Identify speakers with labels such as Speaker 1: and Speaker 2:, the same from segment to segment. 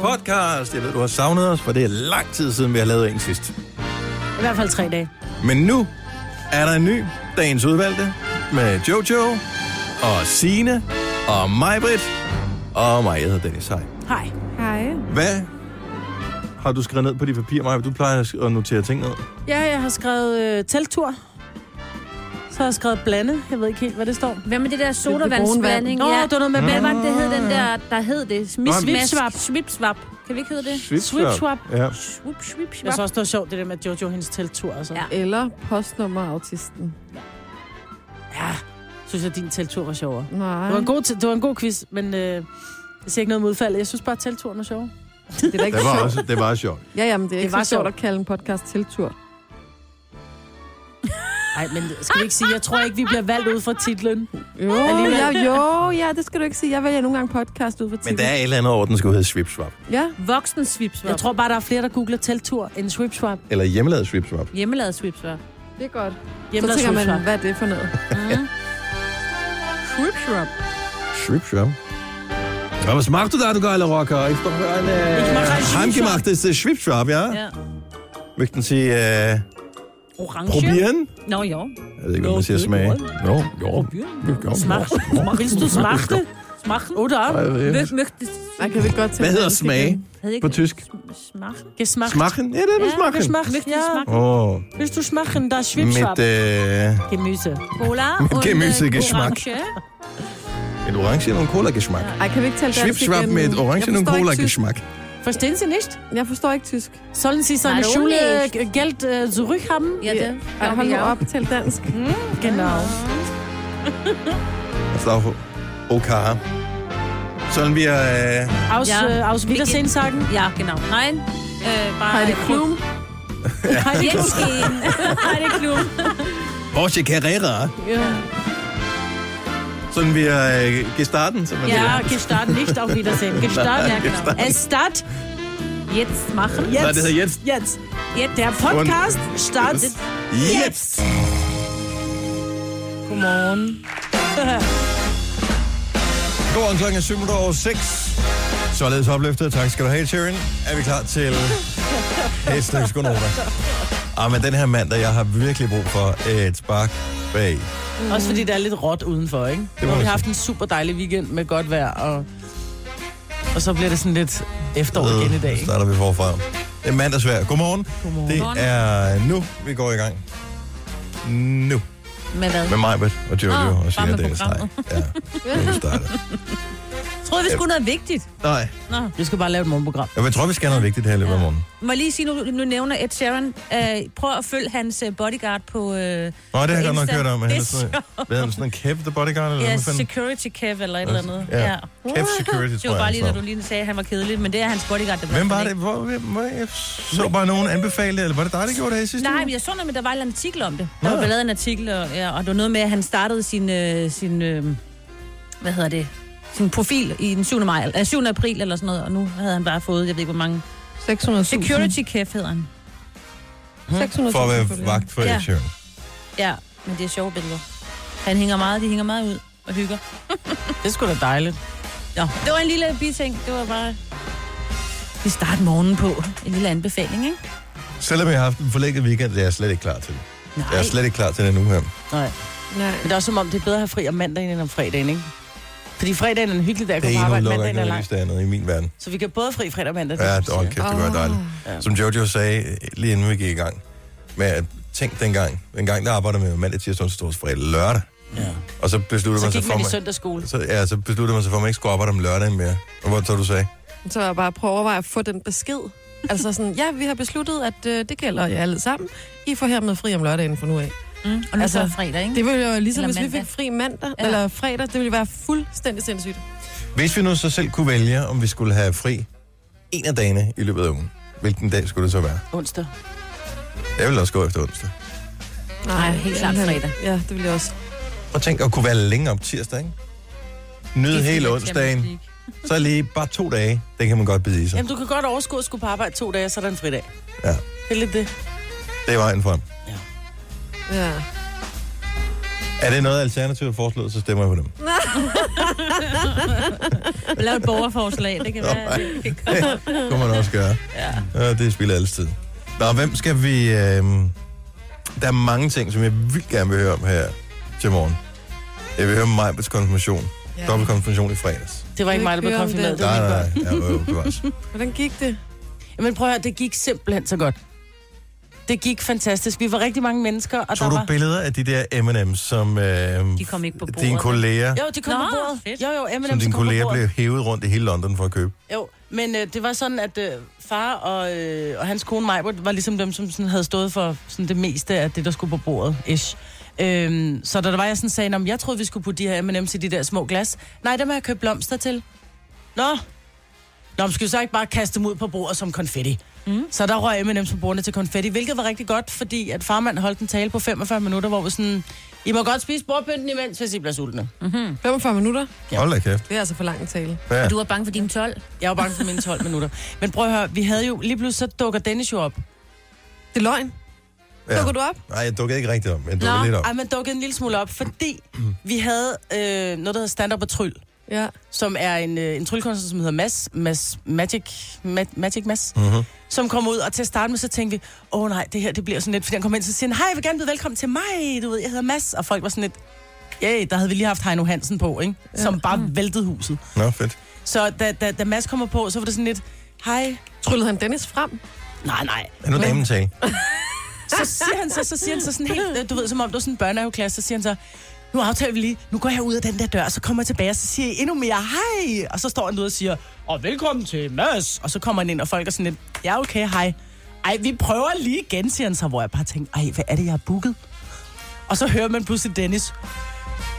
Speaker 1: podcast. Jeg ved, du har savnet os, for det er lang tid siden, vi har lavet en sidst.
Speaker 2: I hvert fald tre dage.
Speaker 1: Men nu er der en ny dagens udvalgte med Jojo og Sine og Majbrit og mig, jeg hedder Dennis. Hej.
Speaker 2: Hej.
Speaker 3: Hej.
Speaker 1: Hvad har du skrevet ned på dit papir, Maja? Du plejer at sk- at notere ting ned.
Speaker 2: Ja, jeg har skrevet øh, teltur. Så har jeg skrevet blande. Jeg ved ikke helt, hvad det står. Mm.
Speaker 4: Hvad med det der sodavandsblanding?
Speaker 2: Nå, det var noget med
Speaker 4: Hvad var
Speaker 2: blande.
Speaker 4: det, det hed, den der, der hed det?
Speaker 2: Svipsvap.
Speaker 4: Smisvap. Svipsvap. Kan vi ikke hedde det?
Speaker 2: Swipswap.
Speaker 1: Ja.
Speaker 4: Swip, swip,
Speaker 2: Jeg
Speaker 4: swap.
Speaker 2: synes også, det var sjovt, det der med Jojo, hendes teltur. Altså. Ja.
Speaker 4: Ja.
Speaker 3: Eller postnummerautisten.
Speaker 2: Synes jeg, din teltur var sjovere.
Speaker 3: Nej,
Speaker 2: Det var en god, te- det var en god quiz, men øh, jeg siger ikke noget modfald. Jeg synes bare, at telturen var sjov.
Speaker 3: det er da ikke
Speaker 1: Det var
Speaker 3: sjovt.
Speaker 1: også det var sjovt.
Speaker 3: Ja, jamen, det er ikke
Speaker 2: var
Speaker 3: det så sjovt
Speaker 2: sjovt.
Speaker 3: at kalde en podcast tiltur.
Speaker 2: Nej, men skal vi ikke sige, jeg tror ikke, vi bliver valgt ud fra titlen.
Speaker 3: Jo,
Speaker 2: Alligevel.
Speaker 3: ja, jo, ja, det skal du ikke sige. Jeg vælger nogle gange podcast ud for tiden.
Speaker 1: Men der er et eller andet over, den skulle hedde Swipswap.
Speaker 3: Ja,
Speaker 4: Voksen svipsvap.
Speaker 2: Jeg tror bare, der er flere, der googler teltur end swipswap.
Speaker 1: Eller hjemmelavet Swipswap.
Speaker 4: Hjemmelavet swipsvap.
Speaker 3: det er godt.
Speaker 2: Hjemme
Speaker 3: så tænker man, hvad er det for noget?
Speaker 4: Swipsvap.
Speaker 1: Swipswap. Aber was machst du da, du geile Rocker? Ich doch eine
Speaker 2: Ich mache ein Swipswap.
Speaker 1: heimgemachtes äh, Swipswap, ja?
Speaker 4: Ja.
Speaker 1: Möchten Sie äh,
Speaker 4: Orange.
Speaker 1: probieren?
Speaker 4: Nå, jo.
Speaker 1: Also, ich glaube, das hier schmeckt. Ja, ja.
Speaker 2: Smag. Willst du smagte? Smachten? Oder?
Speaker 1: Smag.
Speaker 4: Møgte...
Speaker 3: Man kan det godt tænke
Speaker 1: Hvad hedder
Speaker 3: sig
Speaker 1: smage
Speaker 3: igen.
Speaker 1: på tysk?
Speaker 4: Smachten.
Speaker 2: Gesmacht.
Speaker 1: Smachen? Ja, das ist machen.
Speaker 2: Gesmacht, ja.
Speaker 1: Oh,
Speaker 2: Willst du smachen? Da
Speaker 1: mit,
Speaker 2: swipswap.
Speaker 1: äh,
Speaker 2: Gemüse.
Speaker 4: Cola og øh,
Speaker 1: Gemüsegeschmack.
Speaker 4: orange.
Speaker 1: mit Orangen- und Cola-Geschmack.
Speaker 3: Ej, kan vi ikke tale dansk
Speaker 1: Schwipschwapp
Speaker 3: igen?
Speaker 1: mit Orangen-
Speaker 3: Jeg
Speaker 1: und
Speaker 3: forstår ikke
Speaker 1: Cola-Geschmack.
Speaker 2: Verstehen Sie nicht?
Speaker 3: tysk. Jeg forstår ikke tysk.
Speaker 2: Sollen Sie seine
Speaker 4: Hallo,
Speaker 2: Schule
Speaker 4: nicht.
Speaker 2: äh, Geld äh, zurückhaben?
Speaker 4: Ja, det.
Speaker 3: Ej, hold nu
Speaker 4: Ja.
Speaker 3: op, tal dansk.
Speaker 2: Genau.
Speaker 1: Das ist auch OK. Sollen wir, äh,
Speaker 2: Aus,
Speaker 4: Ja.
Speaker 2: äh, aus Wiedersehen sagen?
Speaker 4: Ja, genau. Nej. Øh, bare...
Speaker 3: Heidi Klum.
Speaker 2: Heidi
Speaker 4: Jens
Speaker 2: Klum.
Speaker 4: en. Heidi Klum.
Speaker 1: Porsche Carrera?
Speaker 2: Ja.
Speaker 1: Sollen wir, äh, gestarten? Sollen wir-
Speaker 2: Ja, gestartet nicht auf Wiedersehen. Gestartet, ja genau.
Speaker 1: gestartet.
Speaker 2: Es start
Speaker 4: Jetzt machen.
Speaker 1: Nein,
Speaker 2: jetzt.
Speaker 1: das ist ja jetzt.
Speaker 2: Jetzt. Der Podcast startet.
Speaker 1: Jetzt!
Speaker 4: Godmorgen.
Speaker 1: Godmorgen klokken er 7 over 6. Således opløftet. Tak skal du have, Sharon. Er vi klar til Hestens Gunova? Ah, men den her mandag, jeg har virkelig brug for et spark bag.
Speaker 5: Også fordi det er lidt råt udenfor, ikke?
Speaker 1: må
Speaker 5: Det har
Speaker 1: man
Speaker 5: vi
Speaker 1: sige.
Speaker 5: haft en super dejlig weekend med godt vejr, og, og så bliver det sådan lidt efterår igen i dag.
Speaker 1: Så starter vi forfra. Det er mandagsvejr. Godmorgen. Godmorgen. Det er nu, vi går i gang. Nu.
Speaker 4: Med hvad?
Speaker 1: Med mig, og Jojo
Speaker 4: Nå,
Speaker 1: og
Speaker 4: bare
Speaker 1: Sina
Speaker 4: med
Speaker 1: Dennis. Nej, ja. Nu starter.
Speaker 4: Troede, vi skulle noget vigtigt.
Speaker 1: Nej,
Speaker 5: Vi skal bare lave et morgenprogram.
Speaker 1: jeg tror, vi skal have noget vigtigt her i løbet af morgenen.
Speaker 4: Må jeg lige sige, nu, nu nævner Ed Sheeran. Øh, prøv at følge hans øh, bodyguard på... Øh,
Speaker 1: Nå, det har jeg
Speaker 4: På
Speaker 1: godt nok
Speaker 4: Insta.
Speaker 1: hørt om. at Han er
Speaker 4: Det er
Speaker 1: sådan, hvad er han, sådan en kæft, the bodyguard? Eller
Speaker 4: Ja,
Speaker 1: hvad fanden?
Speaker 4: security cave eller et eller andet.
Speaker 1: Ja.
Speaker 4: Ja.
Speaker 1: Kæft security,
Speaker 4: Det
Speaker 1: tror
Speaker 4: var
Speaker 1: jeg.
Speaker 4: bare lige,
Speaker 1: han
Speaker 4: når
Speaker 1: står.
Speaker 4: du lige sagde, at han var kedelig, men det er hans bodyguard, der
Speaker 1: Hvem var det? Hvor, hvem, hvor, jeg så bare nogen anbefale, eller var det dig, der gjorde det her i sidste
Speaker 4: Nej,
Speaker 1: uge?
Speaker 4: men jeg så noget, men der var en eller anden artikel om det. Der
Speaker 1: Nå.
Speaker 4: var lavet en artikel, og, ja, og det var noget med, at han startede sin, øh, sin øh, hvad hedder det, sin profil i den 7. Maj, øh, 7. april eller sådan noget, og nu havde han bare fået, jeg ved ikke hvor mange.
Speaker 3: 600.000.
Speaker 4: Security Cave hedder han.
Speaker 3: 600.000.
Speaker 1: Hmm? For at være
Speaker 3: følgere.
Speaker 1: vagt for ja.
Speaker 4: Ja.
Speaker 1: Ed
Speaker 4: Ja, men det er sjove billeder. Han hænger meget, de hænger meget ud og hygger.
Speaker 5: Det er sgu da dejligt.
Speaker 4: Ja. Det var en lille biting, det var bare... Vi starter morgenen på. En lille anbefaling, ikke?
Speaker 1: Selvom jeg har haft en forlænget weekend, det er jeg slet ikke klar til. Nej. Jeg er slet ikke klar til det nu her.
Speaker 5: Nej.
Speaker 3: Nej.
Speaker 5: Men det er også som om, det er bedre at have fri om mandagen end om fredagen, ikke? Fordi fredagen er en hyggelig dag at
Speaker 1: Det
Speaker 5: komme på
Speaker 1: ene
Speaker 5: arbejde,
Speaker 1: udelukker
Speaker 5: mandagen
Speaker 1: ikke
Speaker 5: er lang.
Speaker 1: nødvendigvis det andet i min verden.
Speaker 5: Så vi kan både fri fredag og mandag.
Speaker 1: Ja,
Speaker 5: er
Speaker 1: det var kæft, det var dejligt. Som Jojo sagde øh, lige inden vi gik i gang, med at tænk dengang, dengang der arbejder med mandag, tirsdag, onsdag, torsdag, fredag, lørdag.
Speaker 5: Ja.
Speaker 1: Og så besluttede
Speaker 5: Så
Speaker 1: man sig
Speaker 5: gik
Speaker 1: for,
Speaker 5: man i
Speaker 1: mig,
Speaker 5: søndagsskole.
Speaker 1: så, ja, så besluttede man sig for, at man ikke skulle arbejde om lørdagen mere. Og hvor så du sagde?
Speaker 3: Så var jeg bare prøve at overveje at få den besked. Altså sådan, ja, vi har besluttet, at øh, det gælder jer alle sammen. I får hermed fri om lørdagen fra nu af.
Speaker 4: Mm. Og nu
Speaker 3: Altså,
Speaker 4: altså, er fredag, ikke?
Speaker 3: Det ville jo ligesom,
Speaker 4: Eller
Speaker 3: hvis vi
Speaker 4: mandag.
Speaker 3: fik fri mandag ja.
Speaker 4: Ja.
Speaker 3: eller fredag, det ville være fuldstændig sindssygt.
Speaker 1: Hvis vi nu så selv kunne vælge, om vi skulle have fri en af dagene i løbet af ugen, hvilken dag skulle det så være?
Speaker 5: Onsdag.
Speaker 1: Jeg vil også gå efter onsdag.
Speaker 4: Nej, helt klart fredag.
Speaker 3: Ja, det ville jeg også.
Speaker 1: Og tænk at kunne være længe op tirsdag, ikke? Nyde hele onsdagen. Så lige bare to dage. Det kan man godt bevise sig.
Speaker 5: Jamen, du kan godt overskue at skulle på arbejde to dage, så er der en fridag.
Speaker 1: Ja.
Speaker 5: Det er lidt det.
Speaker 1: Det er vejen frem.
Speaker 3: Ja.
Speaker 1: Er det noget, Alternativet foreslår, så stemmer jeg på dem.
Speaker 4: Lav et borgerforslag, det kan være.
Speaker 1: Det kunne man også gøre. Ja. Øh, det spilder alles tid. Nå, hvem skal vi... Øh... Der er mange ting, som jeg vildt gerne vil høre om her til morgen. Jeg vil høre om Majbets konfirmation. Ja. Dobbelt konfirmation i fredags.
Speaker 5: Det var ikke mig, der blev
Speaker 3: Høre om det.
Speaker 5: konfirmeret. Det var
Speaker 1: Nej,
Speaker 5: mine
Speaker 1: nej,
Speaker 5: børn.
Speaker 1: nej. Ja, øh, bevares.
Speaker 3: Hvordan gik det?
Speaker 5: Men prøv at høre, det gik simpelthen så godt. Det gik fantastisk. Vi var rigtig mange mennesker, og
Speaker 1: Tog
Speaker 5: der
Speaker 1: du
Speaker 5: var...
Speaker 1: billeder af de der M&M's, som øh,
Speaker 4: De kom ikke på bordet.
Speaker 1: dine kolleger,
Speaker 5: Jo, de kom
Speaker 4: Nå,
Speaker 5: på bordet.
Speaker 4: fedt.
Speaker 5: Jo, jo, M&M's
Speaker 1: som
Speaker 5: kom
Speaker 1: dine
Speaker 5: på
Speaker 1: kolleger
Speaker 5: bordet.
Speaker 1: blev hævet rundt i hele London for at købe.
Speaker 5: Jo, men øh, det var sådan, at øh, far og, øh, og hans kone Majbert var ligesom dem, som sådan, havde stået for sådan, det meste af det, der skulle på bordet, ish. Øhm, så da der var, jeg sådan sagde, om jeg troede, vi skulle putte de her M&M's i de der små glas. Nej, dem har jeg købt blomster til. Nå. Nå, men skal vi så ikke bare kaste dem ud på bordet som konfetti? Mm. Så der røg M&M's på bordene til konfetti, hvilket var rigtig godt, fordi at farmand holdt en tale på 45 minutter, hvor vi sådan, I må godt spise bordpynten imens, hvis I bliver sultne.
Speaker 3: 45 minutter?
Speaker 5: Ja.
Speaker 1: Hold da kæft.
Speaker 3: Det er altså for lang en tale.
Speaker 1: Ja.
Speaker 4: Du er bange for dine 12.
Speaker 5: Jeg var bange for mine 12 minutter. Men prøv at høre, vi havde jo, lige pludselig så dukker Dennis jo op.
Speaker 3: Det er løgn.
Speaker 1: Ja.
Speaker 3: Dukker du op?
Speaker 1: Nej, jeg dukkede ikke rigtigt om. Jeg dukkede
Speaker 4: Nå.
Speaker 1: lidt op.
Speaker 5: Ej, man dukkede en lille smule op, fordi vi havde øh, noget, der hedder stand-up og tryl,
Speaker 3: Ja.
Speaker 5: som er en, øh, en tryllekunstner, som hedder Mads, Mads Magic, Ma- Magic Mads,
Speaker 1: Mhm.
Speaker 5: som kom ud, og til at starte med, så tænkte vi, åh oh, nej, det her, det bliver sådan lidt, fordi han kom ind, så siger han, hej, jeg vil gerne byde velkommen til mig, du ved, jeg hedder Mads, og folk var sådan lidt, ja, yeah, der havde vi lige haft Heino Hansen på, ikke? Som bare væltede huset.
Speaker 1: Nå, fedt.
Speaker 5: Så da, da, da Mads kommer på, så var det sådan lidt, hej,
Speaker 3: Tryllede han Dennis frem?
Speaker 5: nej, nej,
Speaker 1: Er nu damen tag?
Speaker 5: så siger han så, så siger han så sådan helt, øh, du ved, som om du er sådan en børnehaveklasse, så siger han så, nu aftaler vi lige, nu går jeg ud af den der dør, så kommer jeg tilbage, og så siger jeg endnu mere hej. Og så står han ude og siger, og velkommen til Mads. Og så kommer han ind, og folk er sådan lidt, ja okay, hej. Ej, vi prøver lige igen, siger han så, hvor jeg bare tænkte, ej, hvad er det, jeg har booket? Og så hører man pludselig Dennis,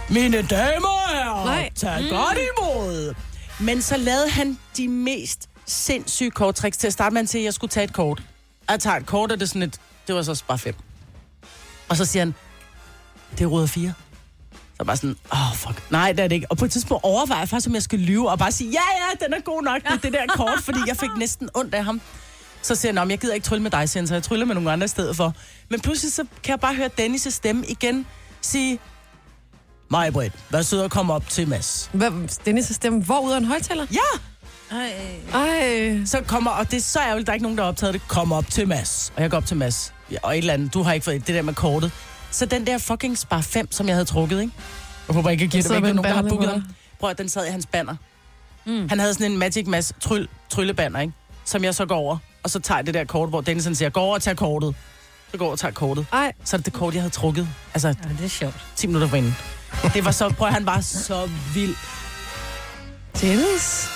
Speaker 5: mine damer og herrer,
Speaker 3: Nej.
Speaker 5: tag mm. godt imod. Men så lavede han de mest sindssyge korttricks til at starte med, han siger, at jeg skulle tage et kort. Og Jeg tager et kort, og det er sådan et, det var så bare fem. Og så siger han, det er råd fire. Så bare sådan, åh, oh, fuck, nej, det er det ikke. Og på et tidspunkt overvejer jeg faktisk, om jeg skal lyve og bare sige, ja, ja, den er god nok med det der kort, fordi jeg fik næsten ondt af ham. Så siger han, "Nå, men jeg gider ikke trylle med dig, siger han, så jeg tryller med nogle andre i stedet for. Men pludselig så kan jeg bare høre Dennis' stemme igen sige, mig, Britt, hvad sidder og kommer op til, Mads?
Speaker 3: Hvad, Dennis' stemme, hvor ud af en højtaler?
Speaker 5: Ja!
Speaker 4: Ej.
Speaker 3: Ej.
Speaker 5: Så kommer, og det er så ærgerligt, der er ikke nogen, der har optaget det. Kom op til Mads. Og jeg går op til Mads. Ja, og et eller andet, du har ikke fået det der med kortet. Så den der fucking spar 5, som jeg havde trukket, ikke? Jeg håber ikke, jeg giver
Speaker 3: Den
Speaker 5: det
Speaker 3: sidder
Speaker 5: væk,
Speaker 3: med
Speaker 5: der er
Speaker 3: en
Speaker 5: nogen,
Speaker 3: banner
Speaker 5: der har
Speaker 3: på
Speaker 5: booket ham.
Speaker 3: hovedet.
Speaker 5: Prøv at den sad i hans banner. Mm. Han havde sådan en Magic Mads tryl, tryllebanner, ikke? Som jeg så går over, og så tager jeg det der kort, hvor Dennis han siger, gå over og tag kortet. Så går jeg over og tager kortet.
Speaker 3: Ej.
Speaker 5: Så er det det kort, jeg havde trukket. Altså,
Speaker 4: Ja, det er sjovt.
Speaker 5: 10 minutter forinden. Det var så, prøv at, han var så vild.
Speaker 3: Dennis?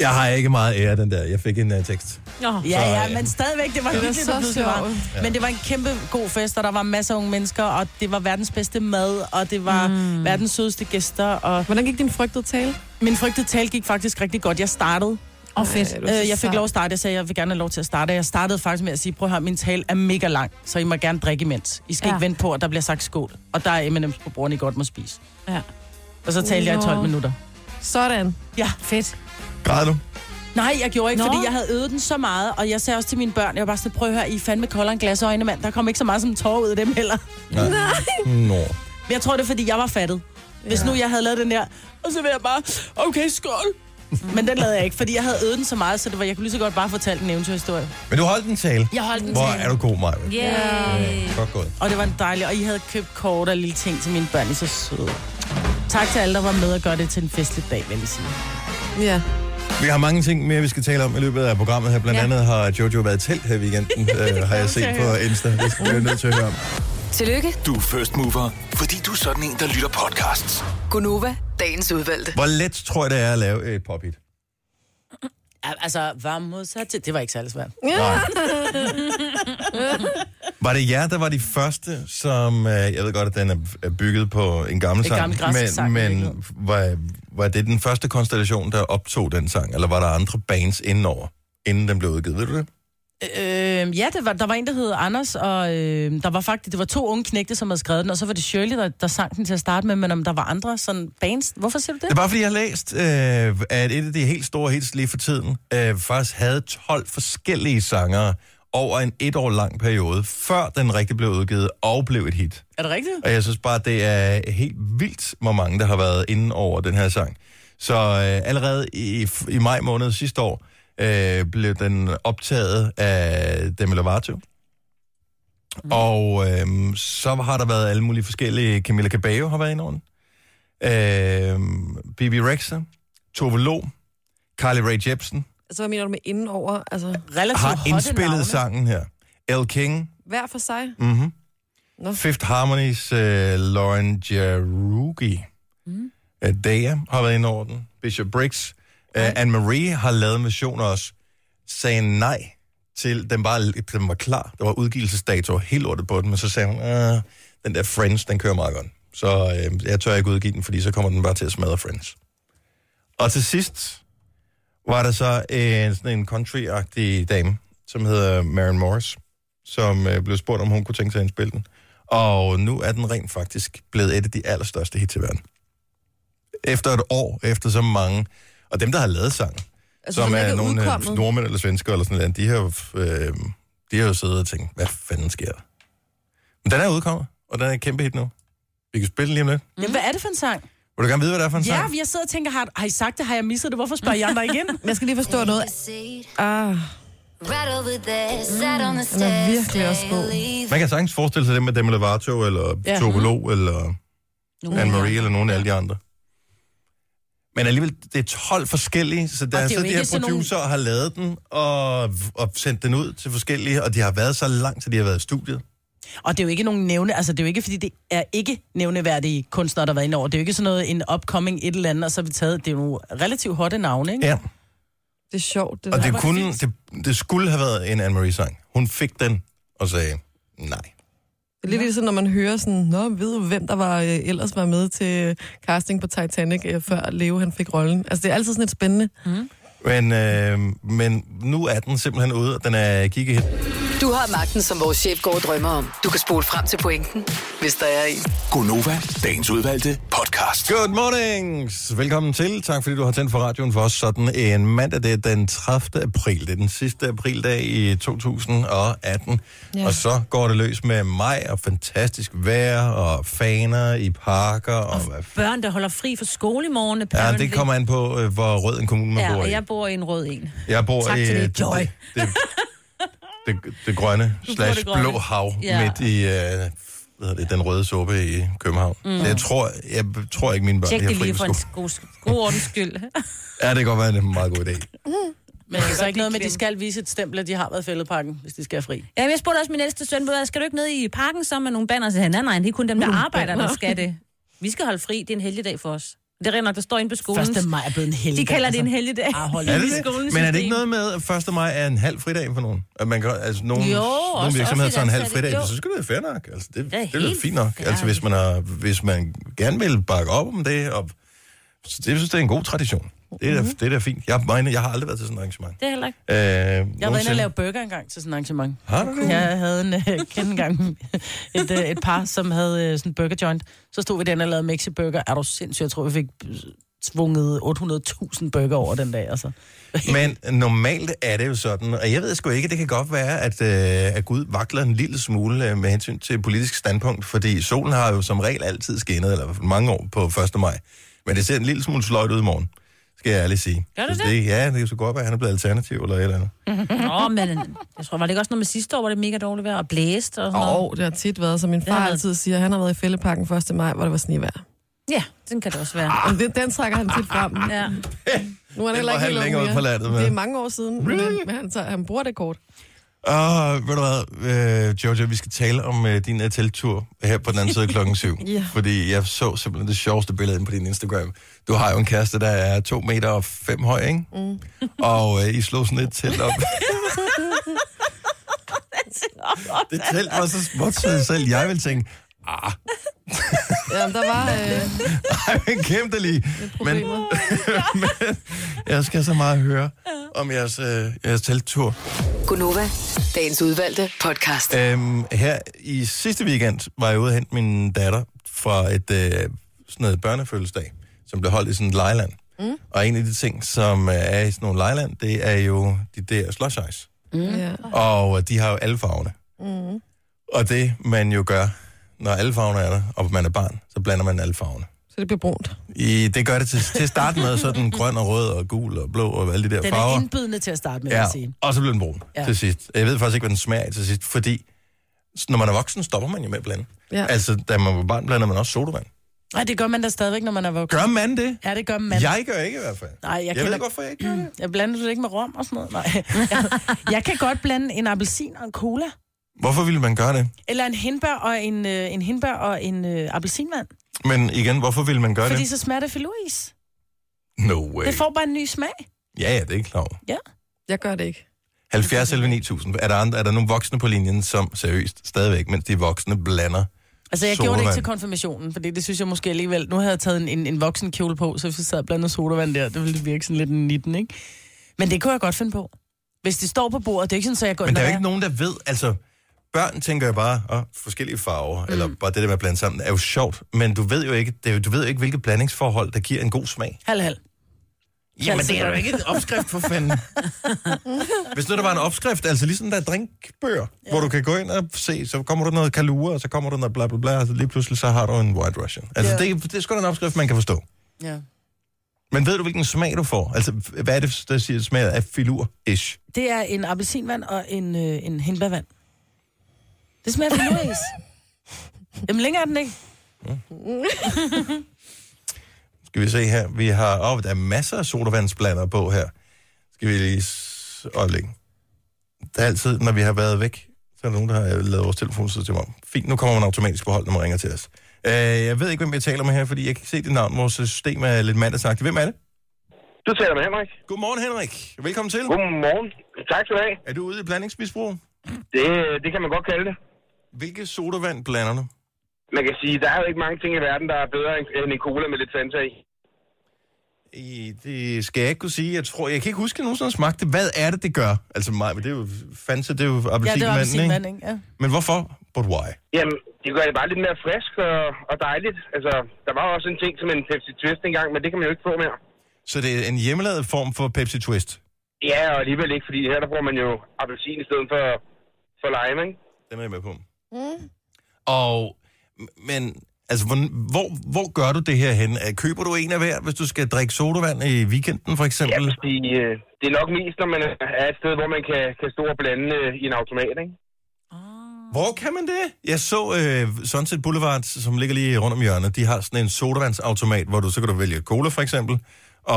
Speaker 1: Jeg har ikke meget ære, den der. Jeg fik en uh, tekst.
Speaker 4: Nå,
Speaker 5: Ja,
Speaker 1: Så,
Speaker 5: ja,
Speaker 1: øh,
Speaker 5: men stadigvæk, det var
Speaker 3: Det er
Speaker 5: hyggeligt,
Speaker 3: så
Speaker 5: der pludselig var.
Speaker 1: Ja.
Speaker 5: Ja. Men det var en kæmpe god fest, og der var masser af unge mennesker, og det var verdens bedste mad, og det var mm. verdens sødeste gæster, og
Speaker 3: Hvordan gik din frygtede tale?
Speaker 5: min frygtede tale gik faktisk rigtig godt. Jeg startede,
Speaker 4: og fedt.
Speaker 3: Ej, du er så
Speaker 5: øh, jeg fik
Speaker 3: sej.
Speaker 5: lov at starte, jeg sagde, jeg vil gerne have lov til at starte, og jeg startede faktisk med at sige, prøv at høre, min tale er mega lang, så I må gerne drikke imens. I skal
Speaker 4: Ja.
Speaker 5: ja. ikke vente på, at der bliver sagt skål, og der er M&M's på bordene, I godt må spise.
Speaker 4: Ja.
Speaker 5: Og så talte jeg i 12
Speaker 3: Nå.
Speaker 5: minutter.
Speaker 3: Sådan.
Speaker 4: Fedt.
Speaker 1: Græd du?
Speaker 5: Nej, jeg gjorde ikke,
Speaker 4: Nå.
Speaker 5: Nå. fordi jeg havde øvet den så meget, og jeg sagde også til mine børn, jeg var bare sådan, prøv at høre, I er fandme kolder en glas øjne, mand. Der kom ikke så meget som en tårer ud af dem heller.
Speaker 1: Nej. Nå.
Speaker 5: Men jeg tror, det er, fordi jeg var fattet. Hvis ja. nu jeg havde lavet den der, og så ville jeg bare, okay, skål. Men den lavede jeg ikke, fordi jeg havde øvet den så meget, så det var, jeg kunne lige så godt bare fortælle en eventyrhistorie.
Speaker 1: Men du holdt en tale.
Speaker 5: Jeg holdt den
Speaker 1: Hvor
Speaker 5: til.
Speaker 1: er du god, Maja.
Speaker 4: Yeah.
Speaker 1: Godt gået.
Speaker 5: Og det var en dejlig, og I havde købt kort og lille ting til mine børn, I er så søde. Tak til alle, der var med og gør det til en festlig dag, vil jeg sige.
Speaker 3: Ja.
Speaker 1: Vi har mange ting mere, vi skal tale om i løbet af programmet her. Blandt
Speaker 4: Ja.
Speaker 1: andet har Jojo været i telt her i weekenden, øh, har jeg set på Insta. Det skal vi nødt til at høre om.
Speaker 6: Tillykke,
Speaker 7: Du er first mover, fordi du er sådan en, der lytter podcasts.
Speaker 6: Gunova, dagens udvalgte.
Speaker 1: Hvor let tror jeg, det er at lave et pop-it?
Speaker 5: Ja, Altså, var modsat til, det var ikke særlig svært.
Speaker 1: Nej. Var det jer, der var de første, som... øh, Jeg ved godt, at den er- er bygget på en gammel sang.
Speaker 5: gammel græsk
Speaker 1: men,
Speaker 5: sang, jeg ved.
Speaker 1: Men var, var det den første konstellation, der optog den sang? Eller var der andre bands indenover, inden den blev udgivet? Ved du det?
Speaker 5: Øh, ja, det var, der var en, der hed Anders, og øh, der var faktisk, det var to unge knægte, som havde skrevet den, og så var det Shirley, der, der sang den til at starte med, men om der var andre sådan bands, hvorfor siger du
Speaker 1: Det er bare fordi, jeg har læst, øh, at et af de helt store hits lige for tiden, øh, faktisk havde 12 forskellige sanger over en et år lang periode, før den rigtig blev udgivet og blev et hit.
Speaker 5: Er det rigtigt?
Speaker 1: Og jeg synes bare, det er helt vildt, hvor mange der har været inde over den her sang. Så øh, allerede i, i maj måned sidste år øh, blev den optaget af Demi Lovato. Mm. Og øh, så har der været alle mulige forskellige. Camilla Cabello har været inde over den. Øh, Bibi Rexha, Tove Lo, Carly Rae Jepsen
Speaker 3: Altså, hvad mener du med inden over? Altså,
Speaker 5: Relativt
Speaker 1: har
Speaker 5: hotte
Speaker 1: indspillet
Speaker 5: navne.
Speaker 1: sangen her. L. King,
Speaker 3: hver for sig?
Speaker 1: mm-hmm.
Speaker 3: Nå.
Speaker 1: Fifth Harmonies, uh, Lauren Jarugi, mm. uh, Daya har været i orden, Bishop Briggs, uh, Anne-Marie har lavet en version også, sagde nej til, den var, den var klar, der var udgivelsesdato helt lortet på den, men så sagde hun, "Ah, den der Friends, den kører meget godt. Så øh, jeg tør ikke udgive den, fordi så kommer den bare til at smadre Friends. Og til sidst var der så en, sådan en country-agtig dame, som hedder Maren Morris, som øh, blev spurgt, om hun kunne tænke sig at indspille den. Og nu er den rent faktisk blevet et af de allerstørste hits i verden. Efter et år, efter så mange, og dem, der har lavet sangen,
Speaker 3: Altså,
Speaker 1: altså, som
Speaker 3: den ikke
Speaker 1: er nogle øh,
Speaker 3: udkommet?
Speaker 1: nordmænd eller svensker eller sådan noget, de har, jo, øh, de har jo siddet og tænkt, hvad fanden sker der? Men den er udkommet, og den er et kæmpe hit nu. Vi kan spille den lige om lidt.
Speaker 5: Jamen, hvad er det for en sang?
Speaker 1: Vil du gerne vide, hvad det er for en
Speaker 5: Ja,
Speaker 1: sang?
Speaker 5: jeg sidder og tænker, har, har I sagt det? Har jeg misset det? Hvorfor spørger jeg dig igen?
Speaker 3: Jeg skal lige forstå noget. Ah, Mm.
Speaker 8: Right over there, sat on the
Speaker 3: den er
Speaker 8: stairs.
Speaker 3: virkelig også god.
Speaker 1: Man kan sagtens forestille sig det med Demi Lovato, eller ja. Tove Lo,
Speaker 5: Mhm.
Speaker 1: eller Anne-Marie, eller nogen af alle de andre. Men alligevel, det er 12 forskellige, så der
Speaker 5: Og
Speaker 1: er
Speaker 5: det er
Speaker 1: så
Speaker 5: jo
Speaker 1: de
Speaker 5: ikke
Speaker 1: her
Speaker 5: sådan nogle-
Speaker 1: producer og har lavet den, og, og sendt den ud til forskellige, og de har været så langt, så de har været i studiet.
Speaker 5: Og det er jo ikke nogen nævne, altså det er jo ikke, fordi det er ikke nævneværdige kunstnere, der har været inde over. Det er jo ikke sådan noget, en upcoming et eller andet, og så har vi taget, det er jo relativt hotte navne, ikke?
Speaker 1: Ja.
Speaker 3: Det er sjovt. Det
Speaker 1: Og
Speaker 3: der.
Speaker 1: det, kunne, det, det skulle have været en Anne-Marie-sang. Hun fik den og sagde nej.
Speaker 3: Det er lidt ligesom, når man hører sådan, Nå, ved du, hvem der var, øh, ellers var med til øh, casting på Titanic, øh, før Leo han fik rollen. Altså, det er altid sådan lidt spændende.
Speaker 1: Men, øh, men nu er den simpelthen ude, og den er gigahit.
Speaker 6: Du har magten, som vores chef går og drømmer om. Du kan spole frem til pointen, hvis der er en.
Speaker 7: Gonova, dagens udvalgte podcast.
Speaker 1: Good mornings! Velkommen til. Tak fordi du har tændt for radioen for os sådan en mandag. Det er den 30. april. Det er den sidste aprildag i 2018. Ja. Og så går det løs med maj og fantastisk vejr og faner i parker. Og, og hvad f-
Speaker 4: Børn, der holder fri fra skole i morgen.
Speaker 1: ja,
Speaker 4: apparently.
Speaker 1: det kommer an på, øh, hvor rød en kommune man
Speaker 4: Ja,
Speaker 1: bor i.
Speaker 4: og jeg bor i en rød en.
Speaker 1: Jeg bor
Speaker 4: Tak
Speaker 1: i
Speaker 4: for det,
Speaker 1: øh,
Speaker 4: Joy.
Speaker 1: det, det, det, det grønne
Speaker 4: det
Speaker 1: slash
Speaker 4: grønne.
Speaker 1: blå hav
Speaker 4: Ja.
Speaker 1: ja. midt i øh, hvad hedder det, den røde suppe i København. Mm. Jeg, tror, jeg tror ikke, mine børn
Speaker 4: Tjek
Speaker 1: de har
Speaker 4: det
Speaker 1: fri
Speaker 4: lige
Speaker 1: på
Speaker 4: for
Speaker 1: skole.
Speaker 4: en god, god ordens skyld.
Speaker 1: Ja, det kan godt være, det er en meget god idé.
Speaker 5: Men det er så ikke noget med, at de
Speaker 4: klemme.
Speaker 5: skal vise et stempel, at de har været i fældepakken, hvis de skal have fri.
Speaker 4: ja, jeg spurgte også min ældste søn, "Hvad, skal du ikke ned i parken så med nogle banner? Så sagde han, nej, nej, det er kun dem, der arbejder, der skal det. Vi skal holde fri, det er en helligdag for os. Det er rent nok, der står inde på skolen.
Speaker 5: 1. maj er blevet en heldig.
Speaker 4: De kalder det en helligdag. altså.
Speaker 5: Ah, hold
Speaker 1: Er
Speaker 5: op.
Speaker 1: det
Speaker 4: I
Speaker 1: det?
Speaker 4: skolens
Speaker 1: Men er det
Speaker 4: system.
Speaker 1: ikke noget med, at 1. maj er en halv fridag for nogen? At man kan, altså, nogle,
Speaker 4: Jo,
Speaker 1: nogle
Speaker 4: også
Speaker 1: virksomheder tager en halv
Speaker 4: offentligt
Speaker 1: fridag,
Speaker 4: ansatte, jo.
Speaker 1: så skal det være fair nok. Altså, det,
Speaker 4: er
Speaker 1: det, det er
Speaker 4: helt
Speaker 1: fint nok.
Speaker 4: fair.
Speaker 1: Altså, hvis man, har, hvis man gerne vil bakke op om det, og, så det, jeg synes, det er en god tradition. Det
Speaker 4: Mhm.
Speaker 1: er, mm-hmm. det er da fint. Jeg, mener, jeg har aldrig været til sådan et arrangement.
Speaker 4: Det er heller ikke.
Speaker 1: Øh, jeg
Speaker 5: Jeg var inde og lave burger engang til sådan en arrangement.
Speaker 1: Har du det?
Speaker 5: Jeg havde en øh, kendt engang et, øh, et par, som havde øh, sådan en burger joint. Så stod vi den og lavede Mexi Burger. Er du sindssyg? Jeg tror, vi fik øh, tvunget 800.000 burger over den dag, altså.
Speaker 1: Men normalt er det jo sådan, og jeg ved sgu ikke, det kan godt være, at, øh, at Gud vakler en lille smule øh, med hensyn til politisk standpunkt, fordi solen har jo som regel altid skinnet, eller i hvert fald mange år på 1. maj. Men det ser en lille smule sløjt ud i morgen, skal jeg ærligt sige.
Speaker 4: Gør det
Speaker 1: Så
Speaker 4: det?
Speaker 1: Ja, det kan så godt være, at han er blevet alternativ eller et eller andet.
Speaker 4: Nå, men øh, jeg tror, var det ikke også noget med sidste år, hvor det mega dårligt vejr og blæst og sådan
Speaker 3: Og
Speaker 4: noget?
Speaker 3: oh, det har tit været, som min
Speaker 4: har
Speaker 3: far
Speaker 4: været.
Speaker 3: altid siger, han har været i fældeparken 1. maj, hvor der var snevejr.
Speaker 4: Ja, den kan det også
Speaker 1: Ah.
Speaker 4: være.
Speaker 3: Og det, den trækker han tit frem.
Speaker 4: Ja.
Speaker 3: Nu er han
Speaker 1: Den
Speaker 3: heller
Speaker 1: var
Speaker 3: ikke
Speaker 1: han
Speaker 3: helt
Speaker 1: længere
Speaker 3: ung
Speaker 1: ude på landet med.
Speaker 3: Det er mange år siden, men, han, men han, tager, han bruger det kort.
Speaker 1: Og ved du hvad, øh, Jojo, vi skal tale om øh, din øh, teltur her på den anden side klokken syv.
Speaker 3: Ja.
Speaker 1: Fordi jeg så simpelthen det sjoveste billede inde på din Instagram. Du har jo en kæreste, der er to meter og fem høj, ikke? Mm. og øh, I slog sådan et telt op. det telt var så småt, så selv jeg ville tænke, ah,
Speaker 3: Ja, der var... Øh,
Speaker 1: ej, men kæm det lige. Men,
Speaker 3: problemer.
Speaker 1: men jeg skal så meget høre om jeres, øh, jeres telttur.
Speaker 6: Gunova, dagens udvalgte podcast.
Speaker 1: Øhm, her i sidste weekend var jeg ude og hente min datter fra et øh, sådan noget børnefødselsdag, som blev holdt i sådan et lejeland. Mm. Og en af de ting, som øh, er i sådan nogle lejeland, det er jo de der slush ice.
Speaker 3: Ja.
Speaker 1: Og øh, de har jo alle farverne. Mm. Og det, man jo gør, når alle farverne er der, og man er barn, så blander man alle farverne.
Speaker 3: Så det bliver brunt.
Speaker 1: I, det gør det til, til at starte med, sådan grøn og rød og gul og blå og alle de der
Speaker 5: Den
Speaker 1: farver.
Speaker 5: er indbydende til at starte med, ja. vil
Speaker 1: Ja,
Speaker 5: jeg sige.
Speaker 1: og så blev den brun ja.
Speaker 5: Ja.
Speaker 1: til sidst. Jeg ved faktisk ikke, hvad den smager af til sidst, fordi s- når man er voksen, stopper man jo med at blande.
Speaker 3: Ja.
Speaker 1: Altså, da man var barn, blander man også sodavand.
Speaker 5: Nej, det gør man da stadigvæk, når man er voksen.
Speaker 1: Gør man det?
Speaker 5: Ja, det gør man.
Speaker 1: Man. Jeg gør ikke i hvert fald.
Speaker 5: Nej, jeg
Speaker 1: jeg
Speaker 5: kender-
Speaker 1: ved hvorfor jeg ikke gør det.
Speaker 5: Jeg blander det ikke med rom og sådan noget. Nej. Jeg, jeg kan godt blande en appelsin og en cola.
Speaker 1: Hvorfor ville man gøre det?
Speaker 5: Eller en hindbær og en, øh, en hindbær og en øh, appelsinvand.
Speaker 1: Men igen, hvorfor ville man gøre
Speaker 5: Fordi
Speaker 1: det?
Speaker 5: så smager det filois.
Speaker 1: No way.
Speaker 5: Det får bare en ny smag.
Speaker 1: Ja, ja, det er ikke klar over.
Speaker 3: Jeg gør det ikke.
Speaker 1: 70 eller 9000. Er der, andre, er der nogle voksne på linjen, som seriøst stadigvæk, mens de voksne blander?
Speaker 5: Altså, jeg gjorde det ikke
Speaker 1: Sodavand.
Speaker 5: til konfirmationen, fordi det synes jeg måske alligevel. Nu havde jeg taget en, en, en voksen kjole på, så hvis jeg sad blandet sodavand der, det ville virke sådan lidt en 19, ikke? Men det kunne jeg godt finde på. Hvis det står på bordet, det er ikke sådan, så jeg går...
Speaker 1: Men der er
Speaker 5: Nå,
Speaker 1: jo ikke nogen, der ved, altså... Børn tænker jo bare, åh, forskellige farver, mm. eller bare det der med at blande sammen, er jo sjovt, men du ved jo ikke, det er jo, du ved jo ikke, hvilke blandingsforhold, der giver en god smag.
Speaker 5: Halv, halv.
Speaker 1: Jamen, det er jo ikke en opskrift for fanden. Hvis nu der var en opskrift, altså ligesom der er drinkbøger, ja. hvor du kan gå ind og se, så kommer der noget kalua, og så kommer der noget bla bla bla, og så lige pludselig så har du en white russian. Altså, ja. det, det er sgu da en opskrift, man kan forstå.
Speaker 5: Ja.
Speaker 1: Men ved du, hvilken smag du får? Altså, hvad er det, der siger smaget af filur-ish?
Speaker 5: Det er en appelsinvand og en, øh, en hindbærvand. Det smager af Louis. Jamen længere er den ikke.
Speaker 1: Skal vi se her. Vi har... Åh, oh, der er masser af sodavandsblander på her. Skal vi lige... s- Øjeblik. Der er altid, når vi har været væk, så er der nogen, der har øh, lavet vores telefonsystem om. Fint, nu kommer man automatisk på hold, når man ringer til os. Øh, jeg ved ikke, hvem jeg taler med her, fordi jeg kan ikke se dit navn. Vores system er lidt mandagsagtigt. Hvem er det?
Speaker 9: Du taler med Henrik.
Speaker 1: Godmorgen, Henrik. Velkommen til.
Speaker 9: Godmorgen. Tak skal du have.
Speaker 1: Er du ude i blandingsmisbrug?
Speaker 9: Det, det kan man godt kalde det.
Speaker 1: Hvilke sodavand blander du?
Speaker 9: Man kan sige, der er jo ikke mange ting i verden, der er bedre end- end en cola med lidt Fanta i.
Speaker 1: I, det skal jeg ikke kunne sige. Jeg tror, jeg kan ikke huske, at jeg nogensinde har smagt det. Hvad er det, det gør? Altså mig, men det er jo Fanta, det er jo
Speaker 5: Ja, det var
Speaker 1: appelsinmanden, ja,
Speaker 5: appelsinvand,
Speaker 1: ikke?
Speaker 5: ikke? Ja.
Speaker 1: Men hvorfor? But why?
Speaker 9: Jamen, det gør det bare lidt mere frisk og, og dejligt. Altså, der var jo også en ting som en Pepsi Twist engang, men det kan man jo ikke få mere.
Speaker 1: Så det er en hjemmelavet form for Pepsi Twist.
Speaker 9: Ja, og alligevel ikke, fordi her der bruger man jo appelsin i stedet for, for lime, ikke?
Speaker 1: Den er jeg med på. Mm. Og, men, altså, hvor, hvor, hvor gør du det her hen? Øh, Køber du en af hver, hvis du skal drikke sodavand i weekenden, for
Speaker 9: Ja,
Speaker 1: eksempel?
Speaker 9: fordi øh, det er nok mest, når man er et sted, hvor man kan, kan stå og blande øh, i en automat, ikke?
Speaker 1: Hvor kan man det? Jeg så øh, Sunset Boulevard, som ligger lige rundt om hjørnet. De har sådan en sodavandsautomat, hvor du så kan du vælge cola for eksempel.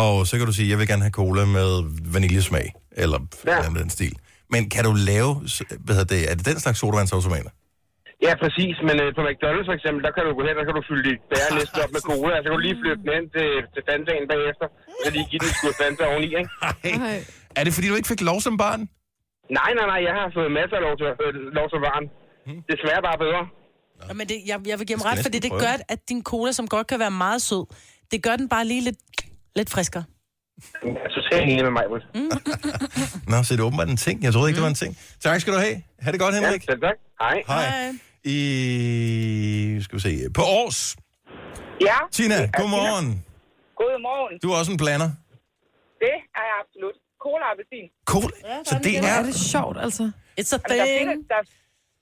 Speaker 1: Og så kan du sige, jeg vil gerne have cola med vaniljesmag. Eller
Speaker 9: Ja.
Speaker 1: ja. den stil. Men kan du lave, s- hvad hedder det, er det den slags sodavandsautomater?
Speaker 9: Ja, præcis, men øh, på McDonald's for eksempel, der kan du gå hen, der kan du fylde dit bære næste op med cola, og så kan du lige flytte den ind til, til Fantaen bagefter, så lige give den en skud Fanta oveni, ikke?
Speaker 1: Ej.
Speaker 3: Nej.
Speaker 1: Er det fordi, du ikke fik lov som barn?
Speaker 9: Nej, nej, nej, jeg har fået masser af lov til, øh, lov til varen. Desværre bare bedre.
Speaker 5: Ja, men det, jeg, jeg vil give
Speaker 1: Jeg
Speaker 5: mig
Speaker 1: skal
Speaker 5: ret, fordi det
Speaker 1: næsten prøve
Speaker 5: gør,
Speaker 1: det.
Speaker 5: at din cola, som godt kan være meget sød, det gør den bare lige lidt, lidt friskere.
Speaker 9: Mm. Jeg er totalt enig med mig, Britt.
Speaker 1: Nå, så er det åbenbart en ting. Jeg troede ikke, det var en ting. Tak skal du have. Ha' det godt,
Speaker 9: Mm. Ja,
Speaker 1: Henrik.
Speaker 9: selv tak. Hej.
Speaker 1: Hej. I, skal vi se, på års.
Speaker 10: Ja,
Speaker 1: Tina, godmorgen.
Speaker 10: godmorgen.
Speaker 1: Du er også en blander.
Speaker 10: Det er jeg absolut. Cola og appelsin.
Speaker 1: Cool. Så det
Speaker 3: Hvor er
Speaker 1: er
Speaker 3: det sjovt, altså.
Speaker 5: It's a
Speaker 10: Altså, der, findes,
Speaker 5: thing.
Speaker 10: der,